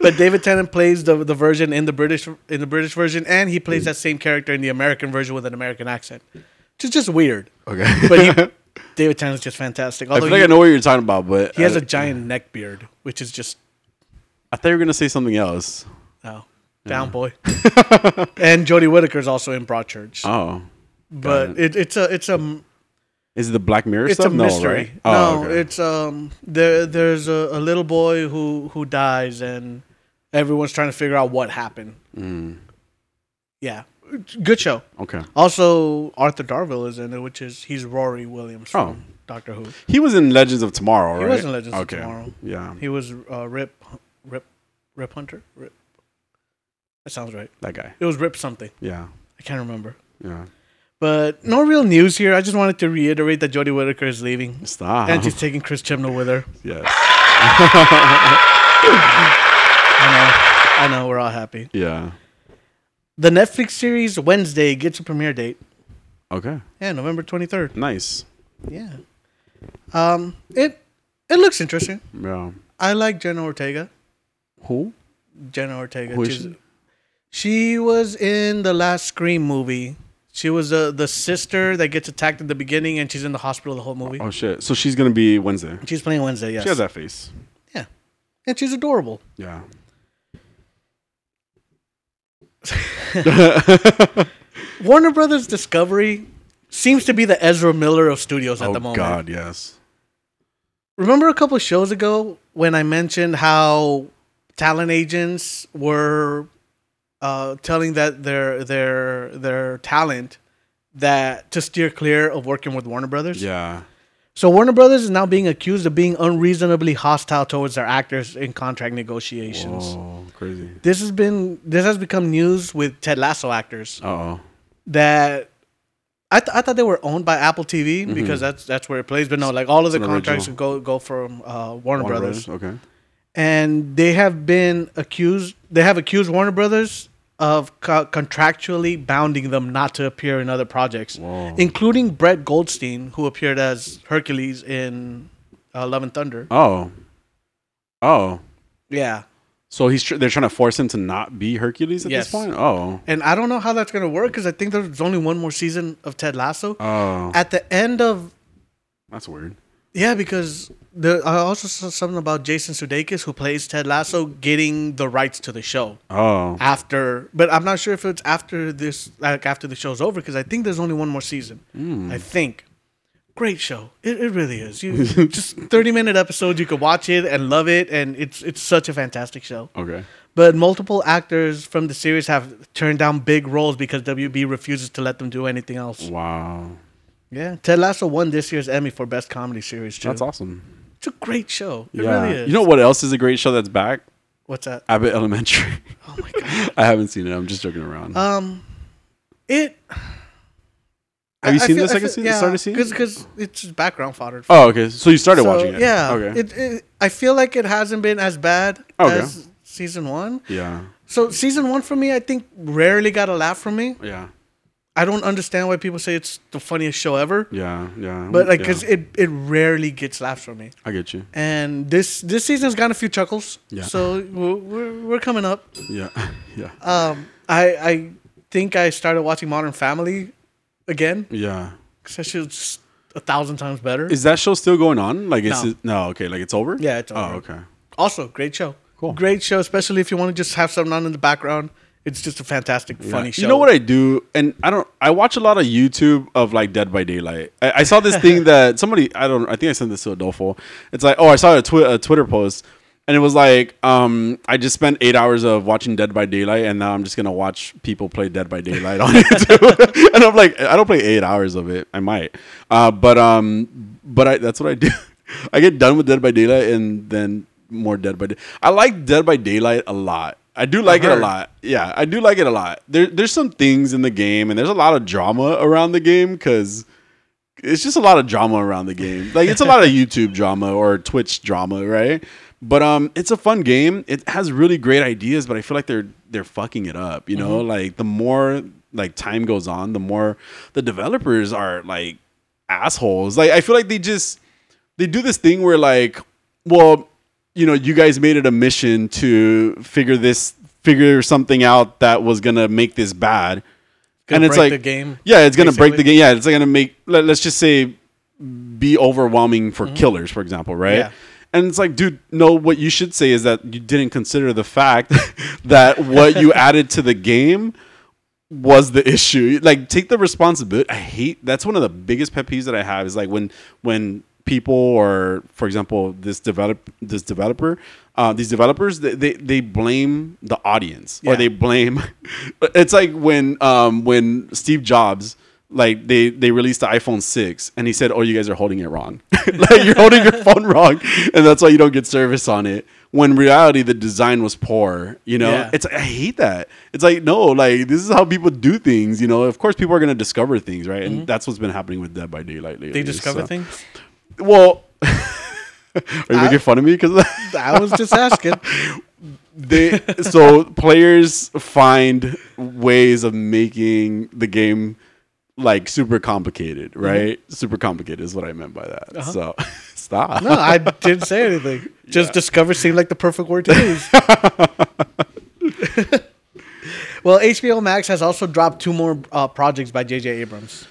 S1: But David Tennant plays the the version in the British in the British version, and he
S2: Mm.
S1: plays that same character in the American version with an American accent, which is just weird.
S2: okay.
S1: But he, David Tennant's just fantastic.
S2: I
S1: Although
S2: feel like
S1: he,
S2: I know what you're talking about, but
S1: Oh, he has
S2: I-
S1: a giant neck beard, which is just
S2: I thought you were gonna say something else.
S1: oh, down boy. and Jodie Whittaker's also in Broadchurch,
S2: Oh,
S1: but it, it's a it's a
S2: is it the Black Mirror
S1: it's
S2: stuff?
S1: a mystery.
S2: right?
S1: No,
S2: Oh, okay.
S1: it's um there there's a, a little boy who who dies and everyone's trying to figure out what happened. Yeah. Good show.
S2: Mm, okay.
S1: Also Arthur Darville is in it, which is he's Rory Williams from
S2: Oh.
S1: Doctor Who.
S2: He was in Legends of Tomorrow,
S1: He
S2: right?
S1: was in Legends of
S2: Okay.
S1: Tomorrow.
S2: Yeah,
S1: He was uh, Rip Rip Rip Hunter? Rip That sounds right.
S2: that guy.
S1: It was Rip something.
S2: Yeah,
S1: I can't remember.
S2: yeah.
S1: But no real news here. I just wanted to reiterate that Jodie Whittaker is leaving.
S2: Stop.
S1: And she's taking Chris Chibnall with her.
S2: yeah,
S1: I know. I know. We're all happy.
S2: yeah.
S1: The Netflix series Wednesday gets a premiere date.
S2: Okay,
S1: Yeah, November twenty third.
S2: nice.
S1: Yeah. Um. It. It looks interesting.
S2: Yeah.
S1: I like Jenna Ortega.
S2: Who?
S1: Jenna Ortega.
S2: Who is
S1: she's-
S2: she?
S1: she was in the last Scream movie. She was uh, the sister that gets attacked at the beginning, and she's in the hospital the whole movie.
S2: Oh shit. So she's gonna be Wednesday.
S1: She's playing Wednesday. Yes.
S2: She has that face.
S1: Yeah. And she's adorable.
S2: Yeah.
S1: Warner Brothers Discovery seems to be the Ezra Miller of studios at
S2: oh
S1: the moment.
S2: God, yes.
S1: remember a couple shows ago when I mentioned how talent agents were uh, telling that their their their talent that to steer clear of working with Warner Brothers.
S2: Yeah.
S1: So Warner Brothers is now being accused of being unreasonably hostile towards their actors in contract negotiations.
S2: Oh, crazy.
S1: This has been this has become news with Ted Lasso actors
S2: Oh,
S1: that I, th- I thought they were owned by Apple TV because that's that's where it plays. But no, like all of the
S2: Mm-hmm. an
S1: contracts go
S2: original.
S1: go from uh, Warner,
S2: Warner
S1: Brothers.
S2: Brothers. Okay.
S1: and they have been accused. They have accused Warner Brothers of co- contractually bounding them not to appear in other projects, including Brett Goldstein, who appeared as Hercules in uh, Love and Thunder.
S2: Oh, oh.
S1: Yeah,
S2: So he's tr- they're trying to force him to not be Hercules at
S1: Yes.
S2: this point. Oh,
S1: and I don't know how that's gonna work because I think there's only one more season of Ted Lasso.
S2: oh,
S1: At the end of
S2: that's weird.
S1: Yeah, because there, I also saw something about Jason Sudeikis, who plays Ted Lasso, getting the rights to the show
S2: Oh,
S1: after. But I'm not sure if it's after this, like after the show's over, because I think there's only one more season.
S2: Hmm.
S1: I think. Great show. It, it really is. You just 30 minute episodes. You could watch it and love it, and it's it's such a fantastic show.
S2: okay.
S1: But multiple actors from the series have turned down big roles because WB refuses to let them do anything else.
S2: Wow,
S1: Yeah, Ted Lasso won this year's Emmy for Best Comedy Series too.
S2: that's awesome.
S1: It's a great show. It
S2: Yeah,
S1: really is.
S2: you know what else is a great show that's back?
S1: what's that?
S2: Abbott Elementary.
S1: Oh my god.
S2: I haven't seen it. I'm just joking around.
S1: Um, it.
S2: Have you seen the second season? Started seeing?
S1: Because because it's just background fodder.
S2: oh, okay. So you started
S1: So,
S2: watching it.
S1: Yeah.
S2: Okay.
S1: It, it, I feel like it hasn't been as bad
S2: Okay.
S1: as season one.
S2: yeah.
S1: So season one for me, I think rarely got a laugh from me.
S2: Yeah.
S1: I don't understand why people say it's the funniest show ever.
S2: Yeah. Yeah.
S1: But like,
S2: Yeah.
S1: cause it, it rarely gets laughs from me,
S2: I get you.
S1: and this this season's got a few chuckles.
S2: Yeah.
S1: So we're, we're we're coming up.
S2: Yeah. Yeah.
S1: Um, I I think I started watching Modern Family again
S2: yeah.
S1: because that shit's a thousand times better.
S2: Is that show still going on? Like it's
S1: No.
S2: no. okay. Like it's over.
S1: Yeah, it's over.
S2: Oh, okay.
S1: also, great show.
S2: Cool.
S1: Great show, especially if you want to just have something on in the background. It's just a fantastic, funny
S2: Yeah.
S1: show.
S2: You know what I do, and I don't. I watch a lot of YouTube of like Dead by Daylight. I, I saw this thing that somebody. I don't. I think I sent this to Adolfo. It's like, oh, I saw a, twi- a Twitter post, and it was like, um, I just spent eight hours of watching Dead by Daylight, and now I'm just gonna watch people play Dead by Daylight on YouTube. and I'm like, I don't play eight hours of it. I might, uh, but um, but I, that's what I do. I get done with Dead by Daylight, and then more Dead by Day. I like Dead by Daylight a lot. I do like it a
S1: heard.
S2: lot. Yeah, I do like it a lot. There, there's some things in the game, and there's a lot of drama around the game because it's just a lot of drama around the game. Like it's a lot of YouTube drama or Twitch drama, right? But um, it's a fun game. It has really great ideas, but I feel like they're they're fucking it up. You know, like the more like time goes on, the more the developers are like assholes. Like I feel like they just they do this thing where like, well, you know, you guys made it a mission to figure this figure something out that was gonna make this bad.
S1: Gonna break the game,
S2: Yeah, it's gonna break the
S1: basically.
S2: game. Yeah, it's gonna make let, let's just say be overwhelming for killers, for example, right?
S1: Mm-hmm. Yeah.
S2: And it's like, dude, no, what you should say is that you didn't consider the fact that what you added to the game was the issue. Like, take the responsibility. I hate that's one of the biggest pet peeves that I have is like when when people or for example this develop this developer uh, these developers they, they they blame the audience or
S1: Yeah.
S2: they blame it's like when um when steve jobs like they they released the iphone 6 and he said oh you guys are holding it wrong like you're holding your phone wrong and that's why you don't get service on it when in reality the design was poor you know
S1: Yeah.
S2: it's i hate that it's like no like this is how people do things you know of course people are going to discover things right and that's what's been happening with dead by daylight lately
S1: Mm-hmm. they discover
S2: so-
S1: things.
S2: well are you making fun of me because
S1: I was just asking.
S2: they so players find ways of making the game like super complicated,
S1: Mm-hmm.
S2: right? Super complicated is what I meant by that. So stop.
S1: Uh-huh. No, I didn't say anything. Just discover seemed like the perfect word to use. well, HBO Max has also dropped two more uh, projects by J.J. Abrams.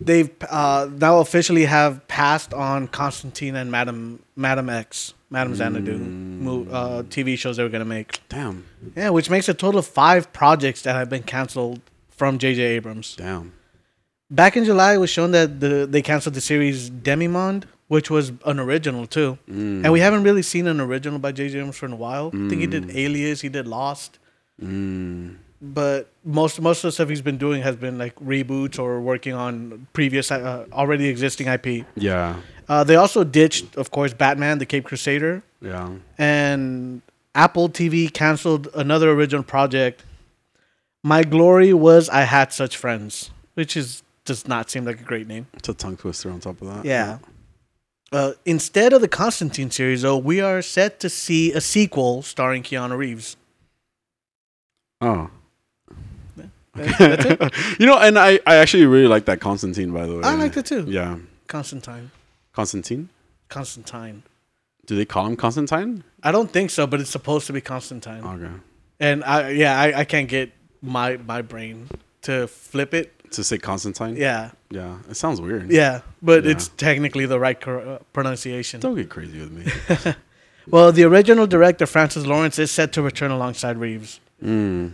S1: They've uh, now officially have passed on Constantine and Madam Madam X, Madam Xanadu mo- uh, TV shows they were gonna make.
S2: Damn.
S1: Yeah, which makes a total of five projects that have been canceled from J.J. Abrams.
S2: Damn.
S1: Back in July, it was shown that the, they canceled the series Demimonde, which was an original too. And we haven't really seen an original by J.J. Abrams for a while. I think he did Alias, he did Lost.
S2: Mm.
S1: But most most of the stuff he's been doing has been like reboots or working on previous, uh, already existing IP.
S2: Yeah.
S1: Uh, they also ditched, of course, Batman, The Cape Crusader,
S2: Yeah.
S1: and Apple TV canceled another original project. My glory was I had such friends, which is does not seem like a great name.
S2: It's a tongue twister on top of that.
S1: Yeah. Uh, instead of the Constantine series, though, we are set to see a sequel starring Keanu Reeves.
S2: Oh.
S1: That's it.
S2: you know, and I, I actually really like that Constantine, by the way.
S1: I liked it too.
S2: Yeah.
S1: Constantine.
S2: Constantine?
S1: Constantine.
S2: Do they call him Constantine?
S1: I don't think so, but it's supposed to be Constantine.
S2: Okay.
S1: And I yeah, I, I can't get my my brain to flip it.
S2: To say Constantine?
S1: Yeah.
S2: Yeah. It sounds weird.
S1: Yeah, but
S2: Yeah.
S1: it's technically the right cor- uh, pronunciation.
S2: Don't get crazy with me.
S1: Well, the original director Francis Lawrence is set to return alongside Reeves.
S2: Mm.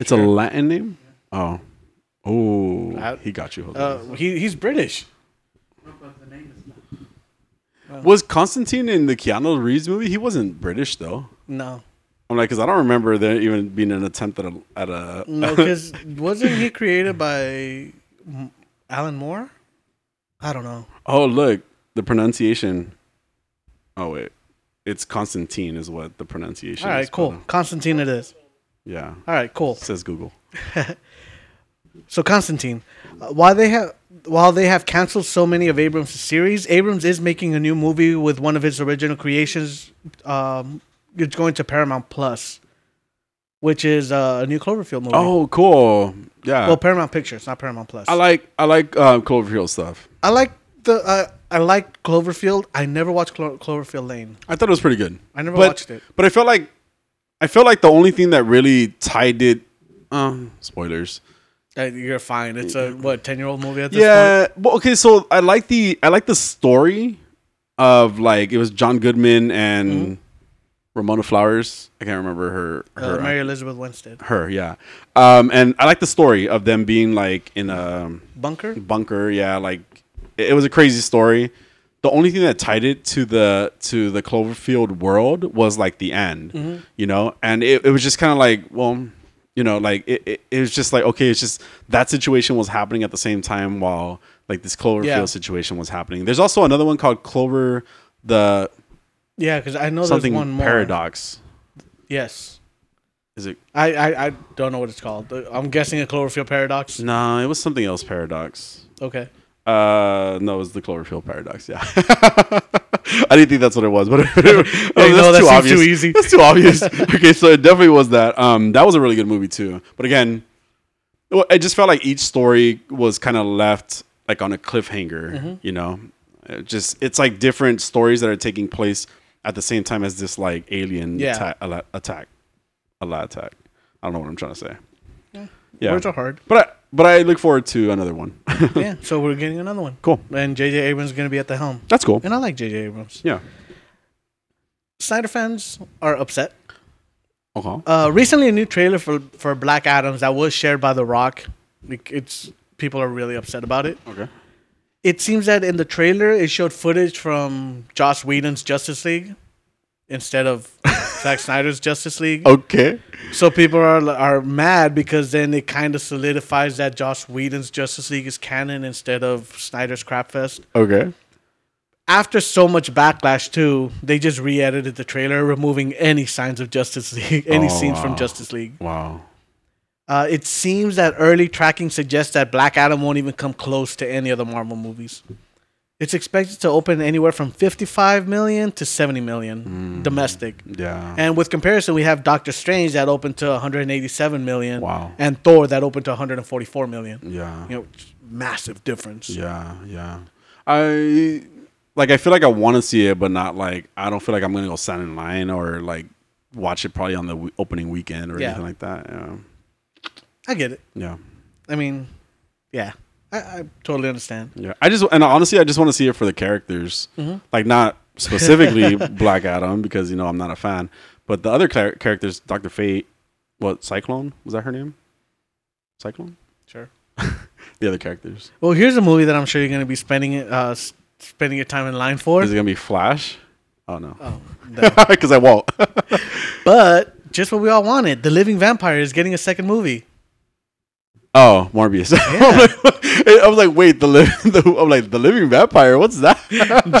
S2: It's a Latin name? Oh. Oh.
S1: I-
S2: He got you. Hold
S1: Uh,
S2: on.
S1: he he's British.
S2: Was Constantine in the Keanu Reeves movie? He wasn't British, though.
S1: No,
S2: I'm like, because I don't remember there even being an attempt at a. At a
S1: no, because wasn't he created by M- Alan Moore? I don't know.
S2: oh, look. The pronunciation. Oh, wait. It's Constantine, is what the pronunciation
S1: All
S2: is.
S1: right, cool.
S2: but,
S1: Constantine it is.
S2: Yeah.
S1: All right, cool.
S2: Says Google.
S1: So Constantine, uh, while they have while they have canceled so many of Abrams' series, Abrams is making a new movie with one of his original creations. Um, it's going to Paramount Plus, which is uh, a new Cloverfield movie.
S2: Oh, cool. Yeah.
S1: well, Paramount Pictures, not Paramount Plus.
S2: I like I like uh, Cloverfield stuff.
S1: I like the uh, I like Cloverfield. I never watched Clo- Cloverfield Lane.
S2: I thought it was pretty good.
S1: I never
S2: but,
S1: watched it.
S2: But I felt like I felt like the only thing that really tied it um spoilers.
S1: Uh, you're fine. It's a what ten year old movie at this point.
S2: yeah. Well, okay, so I like the I like the story of like it was John Goodman and
S1: Mm-hmm.
S2: Ramona Flowers. I can't remember her her
S1: Uh, Mary Elizabeth Winstead
S2: her, yeah. Um and I like the story of them being like in a
S1: bunker.
S2: bunker. Yeah, like it, it was a crazy story. The only thing that tied it to the to the Cloverfield world was like the end,
S1: Mm-hmm.
S2: you know, and it, it was just kind of like, well, you know, like it, it, it was just like okay, it's just that situation was happening at the same time while like this Cloverfield
S1: Yeah.
S2: situation was happening. There's also another one called Clover the
S1: Yeah, because I know
S2: something
S1: there's one more.
S2: paradox.
S1: Yes.
S2: Is it?
S1: I, I, I don't know what it's called. Uh, I'm guessing a Cloverfield paradox.
S2: No, it was something else. Paradox.
S1: Okay.
S2: Uh, no, it was the Cloverfield paradox. Yeah, I didn't think that's what it was, but oh,
S1: no, that
S2: that's too
S1: seems
S2: obvious.
S1: too easy.
S2: That's too obvious. okay, so it definitely was that. Um, that was a really good movie too. But again, well, I just felt like each story was kind of left like on a cliffhanger.
S1: Mm-hmm.
S2: You know, It just it's like different stories that are taking place at the same time as this like alien
S1: Yeah.
S2: attack, ala- attack, ala attack. I don't know what I'm trying to say. Yeah,
S1: Words are hard.
S2: but I, but I look forward to another one.
S1: yeah. So we're getting another one.
S2: cool.
S1: And J.J. Abrams is going to be at the helm.
S2: That's cool.
S1: And I like J.J. Abrams.
S2: Yeah.
S1: Snyder fans are upset.
S2: Okay.
S1: Uh, recently, a new trailer for, for Black Adams that was shared by The Rock. Like it's people are really upset about it.
S2: Okay.
S1: It seems that in the trailer, it showed footage from Joss Whedon's Justice League instead of Zack Snyder's Justice League.
S2: Okay.
S1: So people are are mad because then it kind of solidifies that Joss Whedon's Justice League is canon instead of Snyder's crapfest.
S2: Okay.
S1: After so much backlash, too, they just re-edited the trailer, removing any signs of Justice League, any
S2: Oh,
S1: scenes
S2: wow.
S1: from Justice League.
S2: Wow.
S1: Uh, it seems that early tracking suggests that Black Adam won't even come close to any of the Marvel movies. It's expected to open anywhere from 55 million to 70 million domestic.
S2: Yeah.
S1: And with comparison, we have Doctor Strange that opened to 187 million.
S2: Wow.
S1: And Thor that opened to 144 million.
S2: yeah.
S1: You know, massive difference.
S2: Yeah. Yeah. I like. I feel like I want to see it, but not like. I don't feel like I'm gonna go stand in line or like watch it probably on the w- opening weekend or
S1: Yeah.
S2: anything like that. Yeah.
S1: I get it.
S2: Yeah.
S1: I mean, yeah, I, I totally understand.
S2: Yeah. I just and honestly, I just want to see it for the characters, like not specifically Black Adam because you know I'm not a fan, but the other char- characters, Doctor Fate, what Cyclone was that her name? Cyclone.
S1: Sure.
S2: The other characters.
S1: Well, here's a movie that I'm sure you're going to be spending uh, s- spending your time in line for.
S2: Is it gonna be Flash? Oh no.
S1: Oh, no.
S2: Because I won't.
S1: but just what we all wanted. The Living Vampire is getting a second movie.
S2: Oh, Morbius. I'm like- I was like, wait, the, li- the I'm like the living vampire. What's that?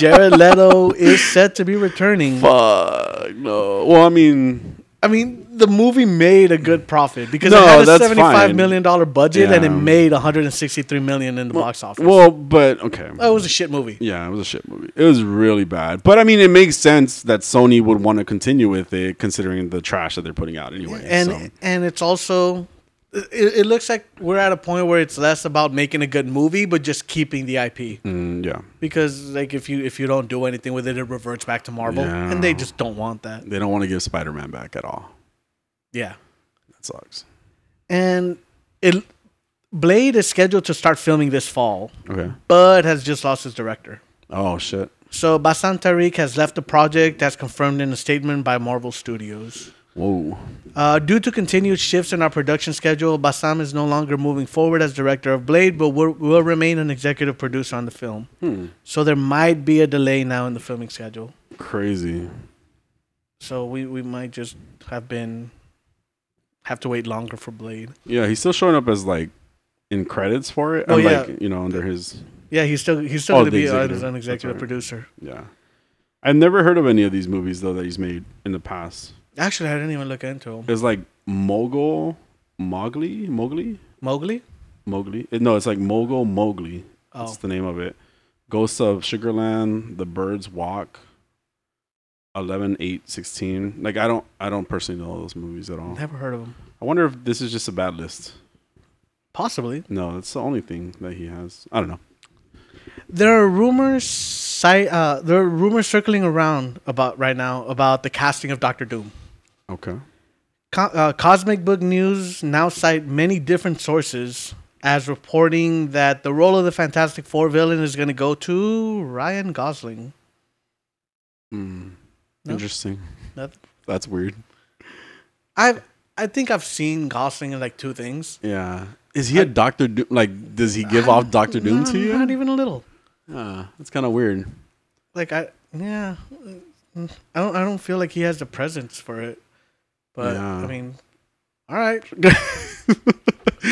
S1: Jared Leto is set to be returning.
S2: Fuck no. Well, I mean,
S1: I mean, the movie made a good profit because
S2: No,
S1: it had a
S2: that's
S1: seventy-five
S2: fine.
S1: million dollar budget and it
S2: Yeah.
S1: made one hundred and sixty-three million in the box office.
S2: Well, but okay.
S1: that was a shit movie.
S2: Yeah, it was a shit movie. It was really bad. But I mean, it makes sense that Sony would want to continue with it, considering the trash that they're putting out anyway.
S1: and
S2: so.
S1: and it's also it, it looks like we're at a point where it's less about making a good movie but just keeping the IP
S2: Mm, yeah,
S1: because like if you if you don't do anything with it it reverts back to Marvel and they
S2: Yeah.
S1: just don't want that.
S2: they don't want to give Spider-Man back at all.
S1: Yeah.
S2: That sucks.
S1: And it Blade is scheduled to start filming this fall
S2: Okay.
S1: but has just lost his director.
S2: Oh shit.
S1: So Bassam Tariq has left the project as confirmed in a statement by Marvel Studios.
S2: Whoa.
S1: Uh, due to continued shifts in our production schedule, Bassam is no longer moving forward as director of Blade, but will, will remain an executive producer on the film.
S2: Hmm.
S1: So there might be a delay now in the filming schedule.
S2: Crazy.
S1: So we, we might just have been have to wait longer for Blade.
S2: Yeah, he's still showing up as like in credits for it.
S1: Oh,
S2: and,
S1: yeah.
S2: like, you know, under his
S1: Yeah, he's still he's still
S2: Oh,
S1: going to
S2: the
S1: be uh,
S2: executive.
S1: as an
S2: That's
S1: executive
S2: right.
S1: producer.
S2: yeah. I've never heard of any of these movies though that he's made in the past.
S1: Actually, I didn't even look into him.
S2: It's like Mogul, Mowgli, Mowgli,
S1: Mowgli.
S2: Mowgli. Uh, No, it's like Mogul Mowgli.
S1: Oh,
S2: That's the name of it. Ghosts of Sugarland, The Birds Walk, 11, 8, 16. Like I don't, I don't personally know those movies at all.
S1: never heard of him.
S2: I wonder if this is just a bad list.
S1: Possibly.
S2: No, that's the only thing that he has. I don't know.
S1: There are rumors. ci- Uh, there are rumors circling around about right now about the casting of Doctor Doom.
S2: Okay.
S1: Co- uh, Cosmic Book News now cite many different sources as reporting that the role of the Fantastic Four villain is going to go to Ryan Gosling.
S2: Mm.
S1: No?
S2: Interesting.
S1: Nothing.
S2: That's weird.
S1: I I think I've seen Gosling in like two things.
S2: Yeah. Is he a Doctor Doom? Like, does he give off Doctor Doom
S1: No,
S2: to you?
S1: Not e- even a little.
S2: Yeah, that's kind of weird.
S1: Like I yeah, Mm, I don't I don't feel like he has the presence for it. But
S2: Yeah.
S1: I mean, all right,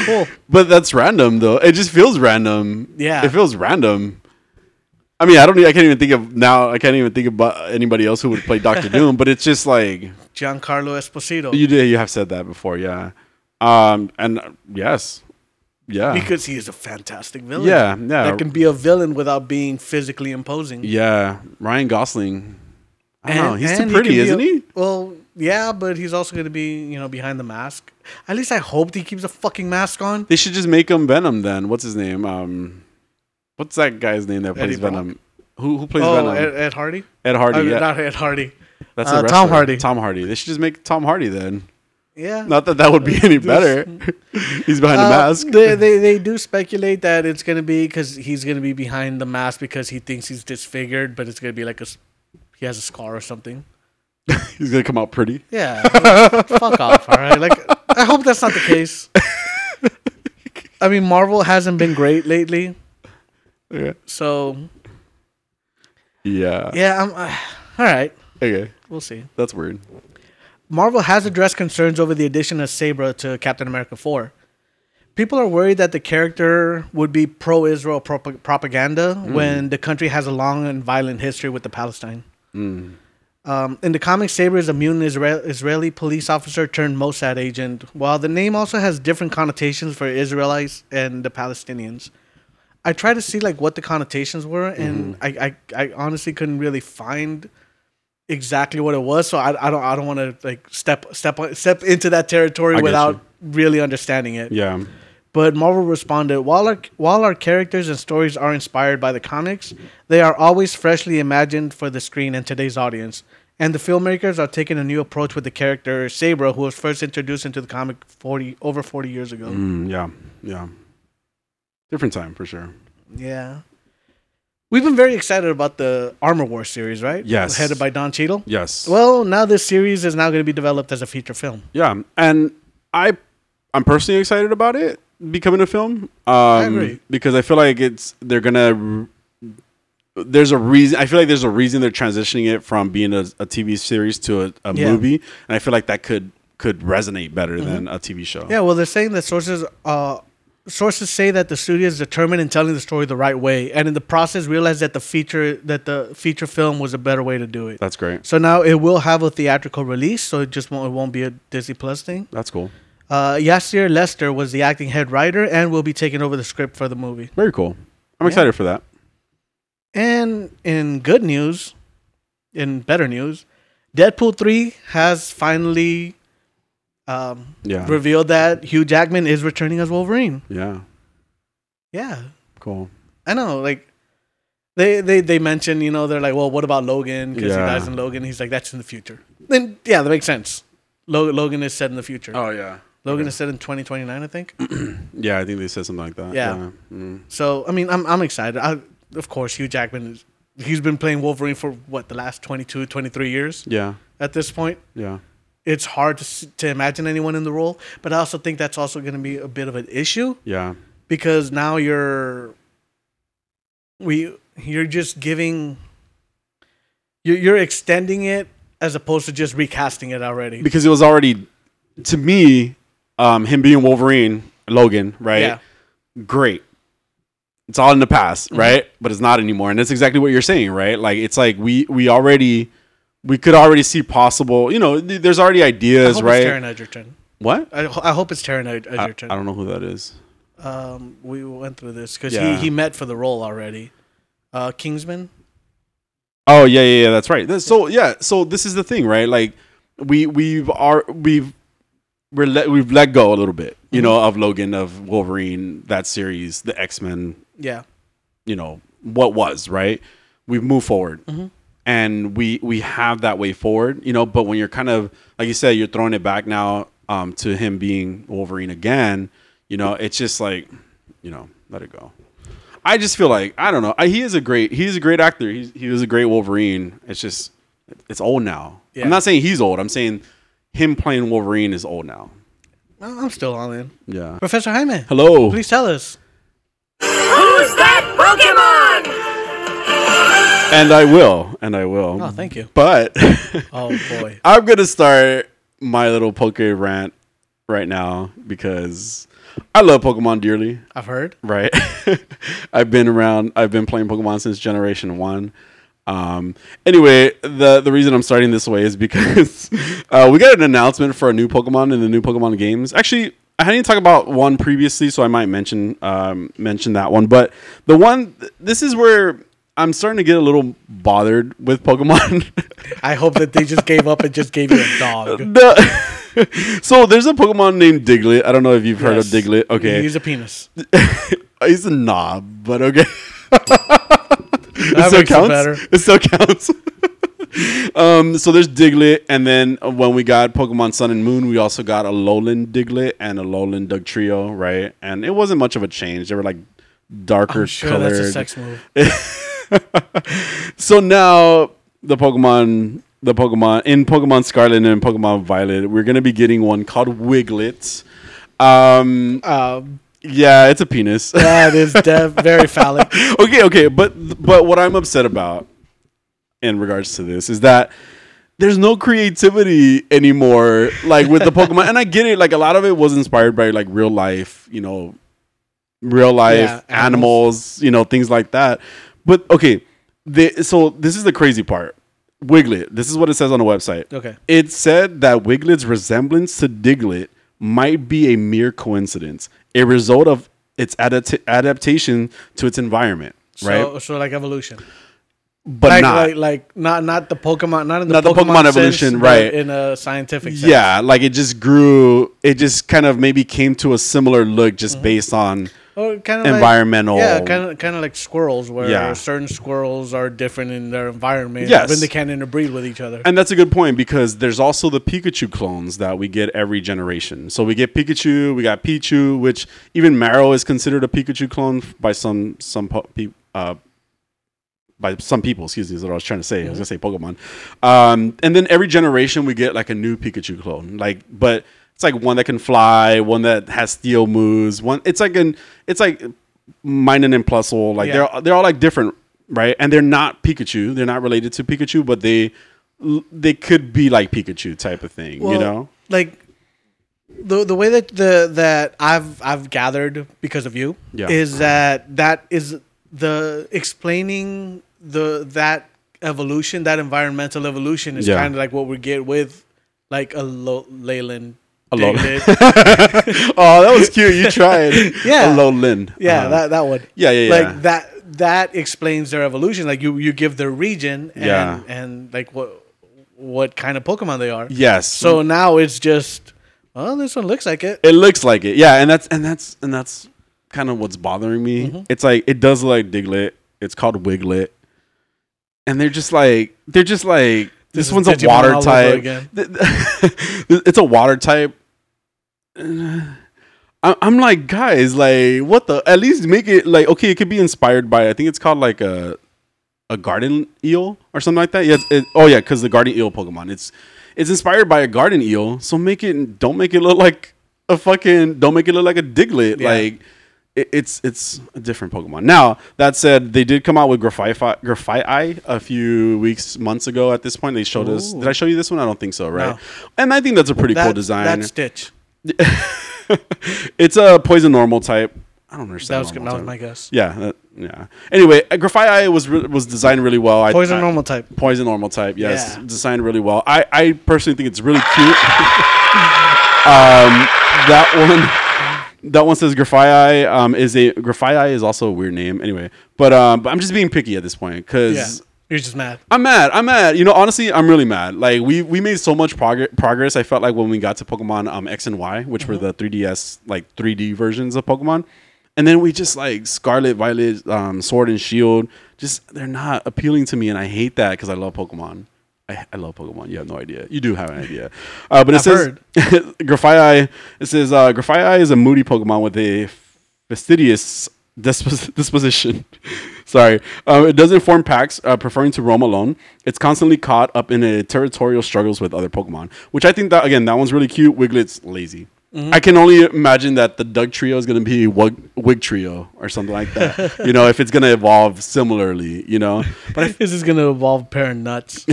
S1: cool.
S2: But that's random, though. It just feels random.
S1: Yeah.
S2: it feels random. I mean, I don't. e- I can't even think of now. I can't even think about anybody else who would play Doctor Doom. But it's just like
S1: Giancarlo Esposito
S2: you did. You have said that before. Yeah. Um. And uh, yes. Yeah.
S1: because he is a fantastic villain.
S2: yeah. Yeah.
S1: that can be a villain without being physically imposing.
S2: yeah. Ryan Gosling. I don't know. He's
S1: and
S2: too
S1: he
S2: pretty,
S1: can be
S2: isn't
S1: a-
S2: he?
S1: Well, yeah, but he's also going to be, you know, behind the mask. At least I hope he keeps a fucking mask on.
S2: They should just make him Venom then. What's his name? Um, what's that guy's name that
S1: Eddie
S2: plays
S1: Brock?
S2: Venom? Who who plays
S1: Oh,
S2: Venom?
S1: Ed,
S2: Ed,
S1: Ed Hardy?
S2: Hardy.
S1: Oh,
S2: yeah.
S1: Not Ed Hardy.
S2: That's
S1: uh,
S2: a
S1: Tom
S2: wrestler.
S1: Hardy.
S2: Tom Hardy. They should just make Tom Hardy then.
S1: Yeah.
S2: Not that that would be any better. He's behind a
S1: Uh,
S2: mask.
S1: They, they they do speculate that it's gonna be because he's gonna be behind the mask because he thinks he's disfigured, but it's gonna be like a s- he has a scar or something.
S2: He's gonna come out pretty.
S1: Yeah, like, fuck off. All right, like I hope that's not the case. I mean, Marvel hasn't been great lately,
S2: Okay.
S1: so
S2: Yeah.
S1: yeah. I'm uh, all right.
S2: Okay.
S1: We'll see.
S2: That's weird.
S1: Marvel has addressed concerns over the addition of Sabra to Captain America 4. People are worried that the character would be pro Israel prop- propaganda
S2: Mm.
S1: when the country has a long and violent history with the Palestine.
S2: Mm.
S1: Um, in the comics, Sabra is a mutant Isra- Israeli police officer turned Mossad agent, while the name also has different connotations for Israelites and the Palestinians. I tried to see like what the connotations were, and
S2: Mm-hmm.
S1: I, I, I honestly couldn't really find exactly what it was. So I, I don't I don't want to like step step step into that territory
S2: I get
S1: without
S2: you.
S1: really understanding it.
S2: Yeah.
S1: But Marvel responded, while our, while our characters and stories are inspired by the comics, they are always freshly imagined for the screen and today's audience. And the filmmakers are taking a new approach with the character Sabra, who was first introduced into the comic 40 over 40 years ago.
S2: Mm, yeah. Yeah. Different time for sure.
S1: Yeah. We've been very excited about the Armor Wars series, right?
S2: Yes.
S1: Headed by Don Cheadle.
S2: Yes.
S1: Well, now this series is now going to be developed as a feature film.
S2: yeah. And I, I'm personally excited about it becoming a film. Um,
S1: agree.
S2: Because I feel like it's they're gonna. There's a reason. I feel like there's a reason they're transitioning it from being a, a TV series to a, a
S1: Yeah. Mm-hmm.
S2: movie, and I feel like that could could resonate better than a TV show.
S1: Yeah, well, they're saying that sources uh, sources say that the studio is determined in telling the story the right way, and in the process realized that the feature that the feature film was a better way to do it.
S2: That's great.
S1: so now it will have a theatrical release, so it just won't it won't be a Disney Plus thing.
S2: That's cool.
S1: Uh, Yasir Lester was the acting head writer and will be taking over the script for the movie.
S2: Very cool. I'm excited for that.
S1: And in good news, in better news, Deadpool 3 has finally um,
S2: Yeah.
S1: revealed that Hugh Jackman is returning as Wolverine.
S2: yeah.
S1: Yeah,
S2: Cool.
S1: I know. Like, they they, they mentioned, you know, they're like, well, what about Logan? Because
S2: Yeah.
S1: he dies in Logan. He's like, that's in the future. Then, yeah, that makes sense. Lo- Logan is set in the future.
S2: Oh yeah.
S1: Logan is set in 2029, I think.
S2: Yeah, I think they said something like that.
S1: Yeah.
S2: Mm.
S1: So I mean, I'm I'm excited. I, of course, Hugh Jackman is he's been playing Wolverine for what the last 22, 23 years
S2: Yeah.
S1: at this point.
S2: Yeah.
S1: It's hard to s- to imagine anyone in the role, but I also think that's also going to be a bit of an issue
S2: Yeah.
S1: because now you're we you're just giving you're, you're extending it as opposed to just recasting it already.
S2: Because it was already to me, um, him being Wolverine, Logan, right?
S1: Yeah.
S2: Great. It's all in the past, right? But it's not anymore. And that's exactly what you're saying, right? Like it's like we we already we could already see possible, you know, th- there's already
S1: I
S2: ideas,
S1: hope
S2: right?
S1: it's Taron Egerton.
S2: what?
S1: I, ho- I hope it's Taron Ed-
S2: I,
S1: Egerton.
S2: I don't know who that is.
S1: um, we went through this because
S2: Yeah.
S1: he, he met for the role already. Uh, Kingsman.
S2: Oh yeah, yeah, yeah. That's right. That's, so yeah, so this is the thing, right? Like we we've are we've we're let, we've let go a little bit, you know, of Logan, of Wolverine, that series, the X Men,
S1: Yeah.
S2: you know what was right we've moved forward
S1: Mm-hmm.
S2: and we we have that way forward you know but when you're kind of like you said you're throwing it back now um to him being wolverine again you know it's just like you know let it go i just feel like i don't know I, he is a great he's a great actor he's, he was a great wolverine it's just it's old now
S1: Yeah.
S2: i'm not saying he's old i'm saying him playing wolverine is old now
S1: Well, I'm still all in.
S2: yeah
S1: Professor Jaime.
S2: hello
S1: Please tell us.
S3: Who's that Pokemon?
S2: and i will and i will
S1: Oh, thank you.
S2: but
S1: Oh boy.
S2: I'm gonna start my little poke rant right now because I love Pokemon dearly.
S1: I've heard.
S2: Right, I've been around. I've been playing Pokemon since Generation One. Um, anyway, the the reason I'm starting this way is because uh, we got an announcement for a new Pokemon in the new Pokemon games. Actually, I hadn't even talked about one previously, so I might mention um, mention that one. But the one this is where I'm starting to get a little bothered with Pokemon.
S1: I hope that they just gave up and just gave you a dog.
S2: No. so there's a Pokemon named Diglett. I don't know if you've heard
S1: Yes.
S2: of Diglett. Okay.
S1: He's a penis.
S2: He's a knob, but okay.
S1: That makes it
S2: counts.
S1: better.
S2: It still counts. um, so there's Diglett, and then when we got Pokemon Sun and Moon, we also got a Lowland Diglett and a Lowland Dugtrio, right? And it wasn't much of a change. They were like darker
S1: Sure,
S2: colored.
S1: that's a sex move.
S2: So now the Pokemon, the Pokemon in Pokemon Scarlet and Pokemon Violet, we're gonna be getting one called Wiglet. Um,
S1: Um,
S2: yeah, it's a penis.
S1: that is def- very phallic.
S2: okay, okay, but but what I'm upset about in regards to this is that there's no creativity anymore, like with the Pokemon. and I get it, like a lot of it was inspired by like real life, you know, real life
S1: Yeah,
S2: animals.
S1: animals.
S2: you know, things like that. But okay, the, so this is the crazy part. Wiglet. This is what it says on the website.
S1: Okay.
S2: It said that Wiglet's resemblance to Diglett might be a mere coincidence, a result of its adapta- adaptation to its environment,
S1: So,
S2: right?
S1: so like evolution.
S2: But
S1: like,
S2: not.
S1: like like not not the Pokemon not in the
S2: Not the
S1: Pokemon,
S2: Pokemon
S1: sense,
S2: evolution,
S1: but
S2: right.
S1: In a scientific sense.
S2: yeah, like it just grew. It just kind of maybe came to a similar look just
S1: Mm-hmm.
S2: based on.
S1: Or kind of like-
S2: Environmental.
S1: yeah, kind of kind of like squirrels, where
S2: Yeah.
S1: certain squirrels are different in their environment
S2: Yes.
S1: when they can't interbreed with each other.
S2: And that's a good point because there's also the Pikachu clones that we get every generation. So we get Pikachu, we got Pichu, which even Marrow is considered a Pikachu clone f- by some some po- pe- uh, by some people. Excuse me, is what I was trying to say. I was gonna
S1: Mm-hmm.
S2: say Pokemon. Um, and then every generation we get like a new Pikachu clone. Like, but it's like one that can fly, one that has steel moves. One, it's like an, it's like Minun and Plusle. Like
S1: Yeah.
S2: they're they're all like different, right? And they're not Pikachu. They're not related to Pikachu, but they they could be like Pikachu type of thing. you
S1: Well,
S2: know?
S1: like the the way that the that I've I've gathered because of you
S2: Yeah.
S1: is that that is the explaining the that evolution that environmental evolution is
S2: Yeah.
S1: kind of like what we get with like a lo- Leyland.
S2: A lo-
S1: David.
S2: Oh, that was cute. You tried.
S1: Yeah.
S2: Hello, Lynn.
S1: yeah,
S2: Uh-huh.
S1: that that one.
S2: Yeah, yeah, yeah.
S1: Like that that explains their evolution. Like you you give their region and
S2: Yeah.
S1: and like what what kind of Pokemon they are.
S2: Yes.
S1: So now it's just well, this one looks like it.
S2: It looks like it. Yeah, and that's and that's and that's kind of what's bothering me.
S1: Mm-hmm.
S2: It's like it does look like Diglett. It's called Wiglet. And they're just like they're just like this,
S1: is
S2: one's a
S1: Digimon
S2: water
S1: all over
S2: type.
S1: again.
S2: Th- th- it's a water type. I- I'm like, guys, like, what the? At least make it like, okay, it could be inspired by. I think it's called like a, a garden eel or something like that. Yeah. it's- It, oh yeah, because the garden eel Pokemon. It's, it's inspired by a garden eel. So make it. Don't make it look like a fucking. Don't make it look like a Diglett.
S1: Yeah.
S2: Like, it, it's it's a different Pokemon. Now that said, they did come out with Grafai Grafai a few weeks months ago. At this point, they showed us. Did I show you this one? I don't think so, right?
S1: No.
S2: And I think that's a pretty cool
S1: That-
S2: design.
S1: That Stitch.
S2: It's a poison normal type. I don't understand.
S1: That was
S2: normal
S1: that was
S2: type.
S1: my guess.
S2: Yeah, that, yeah. Anyway, uh, Grafai was re- was designed really well. I-
S1: Poison
S2: I-
S1: normal type.
S2: Poison normal type. Yes,
S1: Yeah.
S2: designed really well. I I personally think it's really cute. um, that one. That one says Grafai um, is a Grafai is also a weird name anyway, but um, but I'm just being picky at this point
S1: Yeah.
S2: because
S1: You're just mad.
S2: I'm mad. I'm mad. You know, honestly, I'm really mad. Like we we made so much prog- progress. I felt like when we got to Pokemon um, X and Y, which were the 3DS like 3D versions of Pokemon, and then we just like Scarlet, Violet, um, Sword and Shield. Just they're not appealing to me, and I hate that because I love Pokemon. I, I love Pokemon. You have no idea. You do have an idea, uh, but it says
S1: heard.
S2: Grafai. It says uh, Grafai is a moody Pokemon with a fastidious dispos- disposition. Sorry. Um, it doesn't form packs, uh, preferring to roam alone. It's constantly caught up in a territorial struggles with other Pokemon, which I think that, again, that one's really cute. Wiglet's lazy. I can only imagine that the Doug trio is going to be Wug- Wig trio or something like that. you know, if it's going to evolve similarly, you know. But I
S1: This is gonna involve a pair of nuts.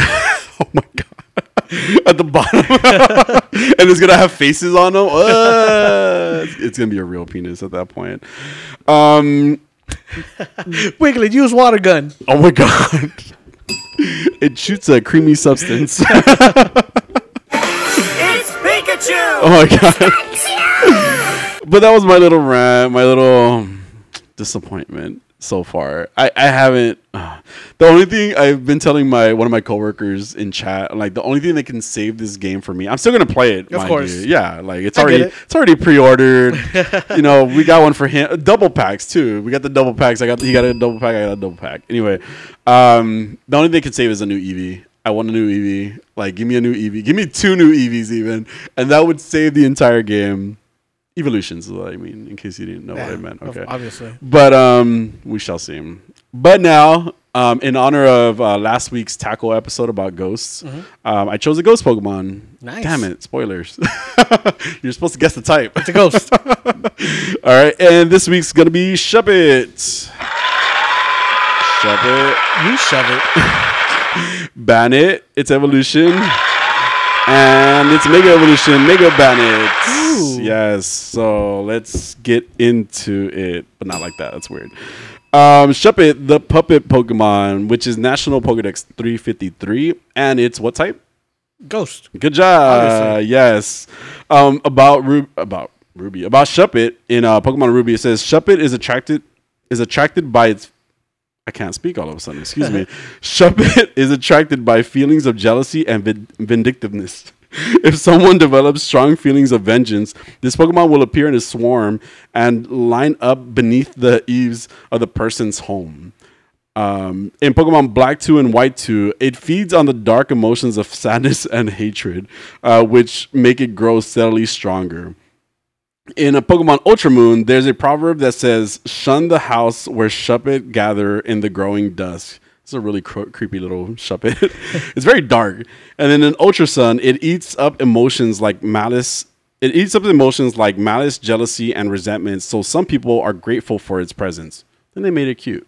S2: oh my god at the bottom and it's gonna have faces on them Uh, it's- it's gonna be a real penis at that point um
S1: Wiggly, use water gun.
S2: oh my god it shoots a creamy substance oh
S3: It's Pikachu!
S2: Oh my god but that was my little rant my little disappointment so far i i haven't the only thing i've been telling my one of my coworkers in chat like the only thing that can save this game for me i'm still gonna play it mind
S1: course.
S2: you. yeah like it's
S1: I get
S2: already
S1: it.
S2: it's already pre-ordered you know we got one for him double packs too we got the double packs i got he got a double pack i got a double pack anyway um the only thing they can save is a new eevee i want a new eevee like give me a new eevee give me two new eevees even and that would save the entire game evolutions is what i mean in case you didn't know what i
S1: Yeah,
S2: meant
S1: of-
S2: okay
S1: obviously.
S2: but um, we shall see. But now, um, in honor of uh, last week's tackle episode about ghosts, um, I chose a ghost Pokemon.
S1: Nice.
S2: Damn it! Spoilers. You're supposed to guess the type.
S1: It's a ghost.
S2: All right, and this week's gonna be Shuppet. Shuppet,
S1: you shove it.
S2: Bannet, its evolution, and its Mega Evolution, Mega Bannet.
S1: Ooh.
S2: Yes. So let's get into it, but not like that. That's weird. Um, Shuppet, the puppet Pokemon, which is National Pokedex 353, and it's what type?
S1: Ghost.
S2: Good job.
S1: Obviously.
S2: Yes. Um, about Ru- about Ruby about Shuppet in uh, Pokemon Ruby. It says Shuppet is attracted is attracted by its. I can't speak all of a sudden. Excuse me. Shuppet is attracted by feelings of jealousy and vin- vindictiveness. If someone develops strong feelings of vengeance, this Pokemon will appear in a swarm and line up beneath the eaves of the person's home. Um, in Pokemon Black 2 and White 2, it feeds on the dark emotions of sadness and hatred, uh, which make it grow steadily stronger. In a Pokemon Ultra Moon, there's a proverb that says, Shun the house where Shuppet gather in the growing dusk. It's a really cro- creepy little Shuppet. it's very dark. And then in Ultra Sun, it eats up emotions like malice. It eats up emotions like malice, jealousy, and resentment. So some people are grateful for its presence. Then they made it cute.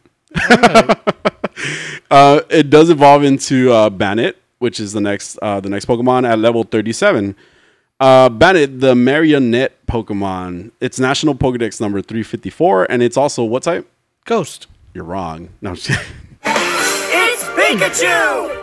S2: Uh, it does evolve into uh, Bannet, which is the next uh, the next Pokemon at level 37. Uh, Bandit, the marionette Pokemon. It's National Pokedex number 354, and it's also what type?
S1: Ghost.
S2: You're wrong. No, I'm just kidding.
S3: It's Pikachu!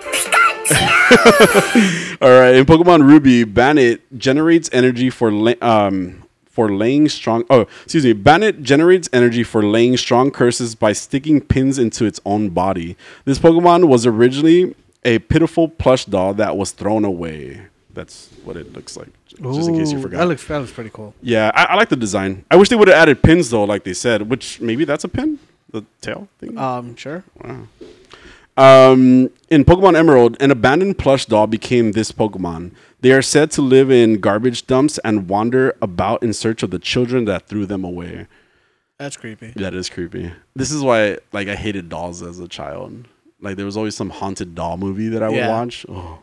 S2: All right, in Pokemon Ruby, Bannet generates energy for la- um for laying strong. Oh, excuse me. Bannet generates energy for laying strong curses by sticking pins into its own body. This Pokemon was originally a pitiful plush doll that was thrown away. That's what it looks like. Just in case you
S1: Ooh,
S2: forgot.
S1: That looks, that looks pretty cool.
S2: yeah, I, I like the design. I wish they would have added pins though, like they said. Which maybe that's a pin, the tail thing.
S1: Um, sure.
S2: Um, in Pokemon Emerald, an abandoned plush doll became this Pokemon. They are said to live in garbage dumps and wander about in search of the children that threw them away.
S1: That's creepy.
S2: That is creepy. This is why, like, I hated dolls as a child. Like, there was always some haunted doll movie that I would
S1: Yeah.
S2: watch. Oh,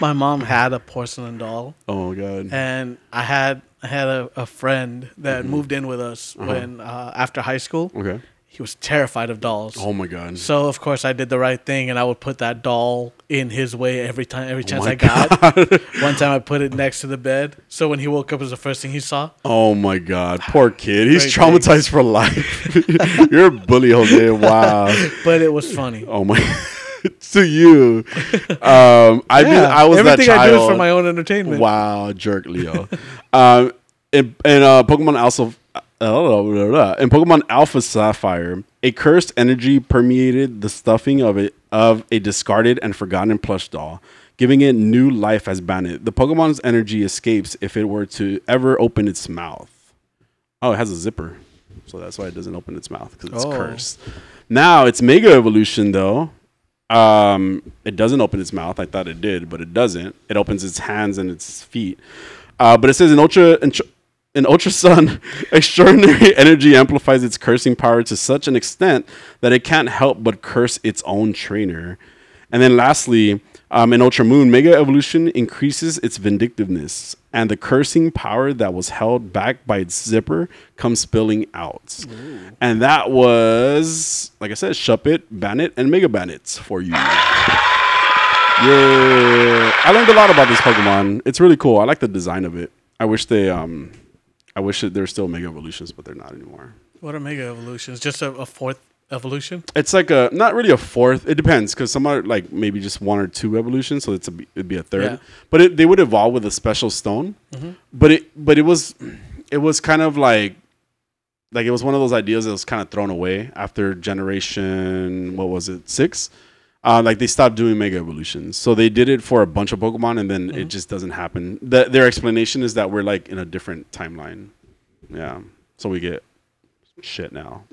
S1: My mom had a porcelain doll,
S2: oh my god.
S1: and I had I had a, a friend that moved in with us when uh, after high school.
S2: okay.
S1: He was terrified of dolls.
S2: Oh my god.
S1: Mm-hmm. So of course I did the right thing, and I would put that doll in his way every time, every chance
S2: Oh my
S1: I got. One time I put it next to the bed, so when he woke up, it was the first thing he saw.
S2: oh my god. Poor kid. He's
S1: Great
S2: traumatized for life. You're a bully, Jose. Wow.
S1: But it was funny.
S2: Oh my. to you. Um, I mean,
S1: Yeah,
S2: I was
S1: everything
S2: that child.
S1: I do is for my own entertainment.
S2: Wow, jerk Leo. um, in, in uh, Pokemon Alpha, uh, blah, blah, blah. in Pokemon Alpha Sapphire, a cursed energy permeated the stuffing of it of a discarded and forgotten plush doll, giving it new life as Bandit. The Pokemon's energy escapes if it were to ever open its mouth. Oh, it has a zipper, so that's why it doesn't open its mouth because it's
S1: Oh.
S2: cursed. Now it's Mega Evolution though. Um, it doesn't open its mouth. I thought it did, but it doesn't. It opens its hands and its feet. Uh, but it says in Ultra in, Tr- in Ultra Sun, extraordinary energy amplifies its cursing power to such an extent that it can't help but curse its own trainer. And then lastly, um, in Ultra Moon, Mega Evolution increases its vindictiveness, and the cursing power that was held back by its zipper comes spilling out. And that was, like I said, Shuppet, Bandit, and Mega Bandits for you. Yeah, I learned a lot about this Pokemon. It's really cool. I like the design of it. I wish they, um, I wish that they're still Mega Evolutions, but they're not anymore.
S1: What are mega evolutions? Just a, a fourth evolution?
S2: It's like a not really a fourth. It depends because some are like maybe just one or two evolutions, so it's a, it'd be a third.
S1: Yeah.
S2: But it, they would evolve with a special stone. But it but it was it was kind of like like it was one of those ideas that was kind of thrown away after generation what was it six. Uh, like they stopped doing mega evolutions, so they did it for a bunch of Pokemon, and then it just doesn't happen. The, their explanation is that we're like in a different timeline, yeah. So we get shit now.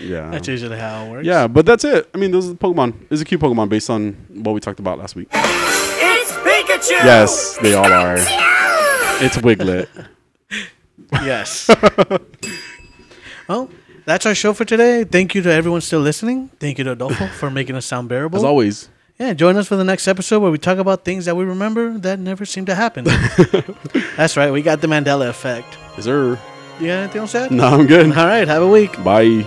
S2: yeah,
S1: That's usually how it works.
S2: yeah, but that's it. I mean, those are the Pokemon. It's a cute Pokemon based on what we talked about last week.
S3: It's Pikachu!
S2: Yes, they all are. It's Wiglet.
S1: Yes. well, that's our show for today. Thank you to everyone still listening. Thank you to Adolfo for making us sound bearable.
S2: As always,
S1: Yeah, join us for the next episode where we talk about things that we remember that never seem to happen. That's right, we got the Mandela effect.
S2: is there?
S1: You got anything else to add?
S2: No, I'm good.
S1: All right, have a week.
S2: Bye.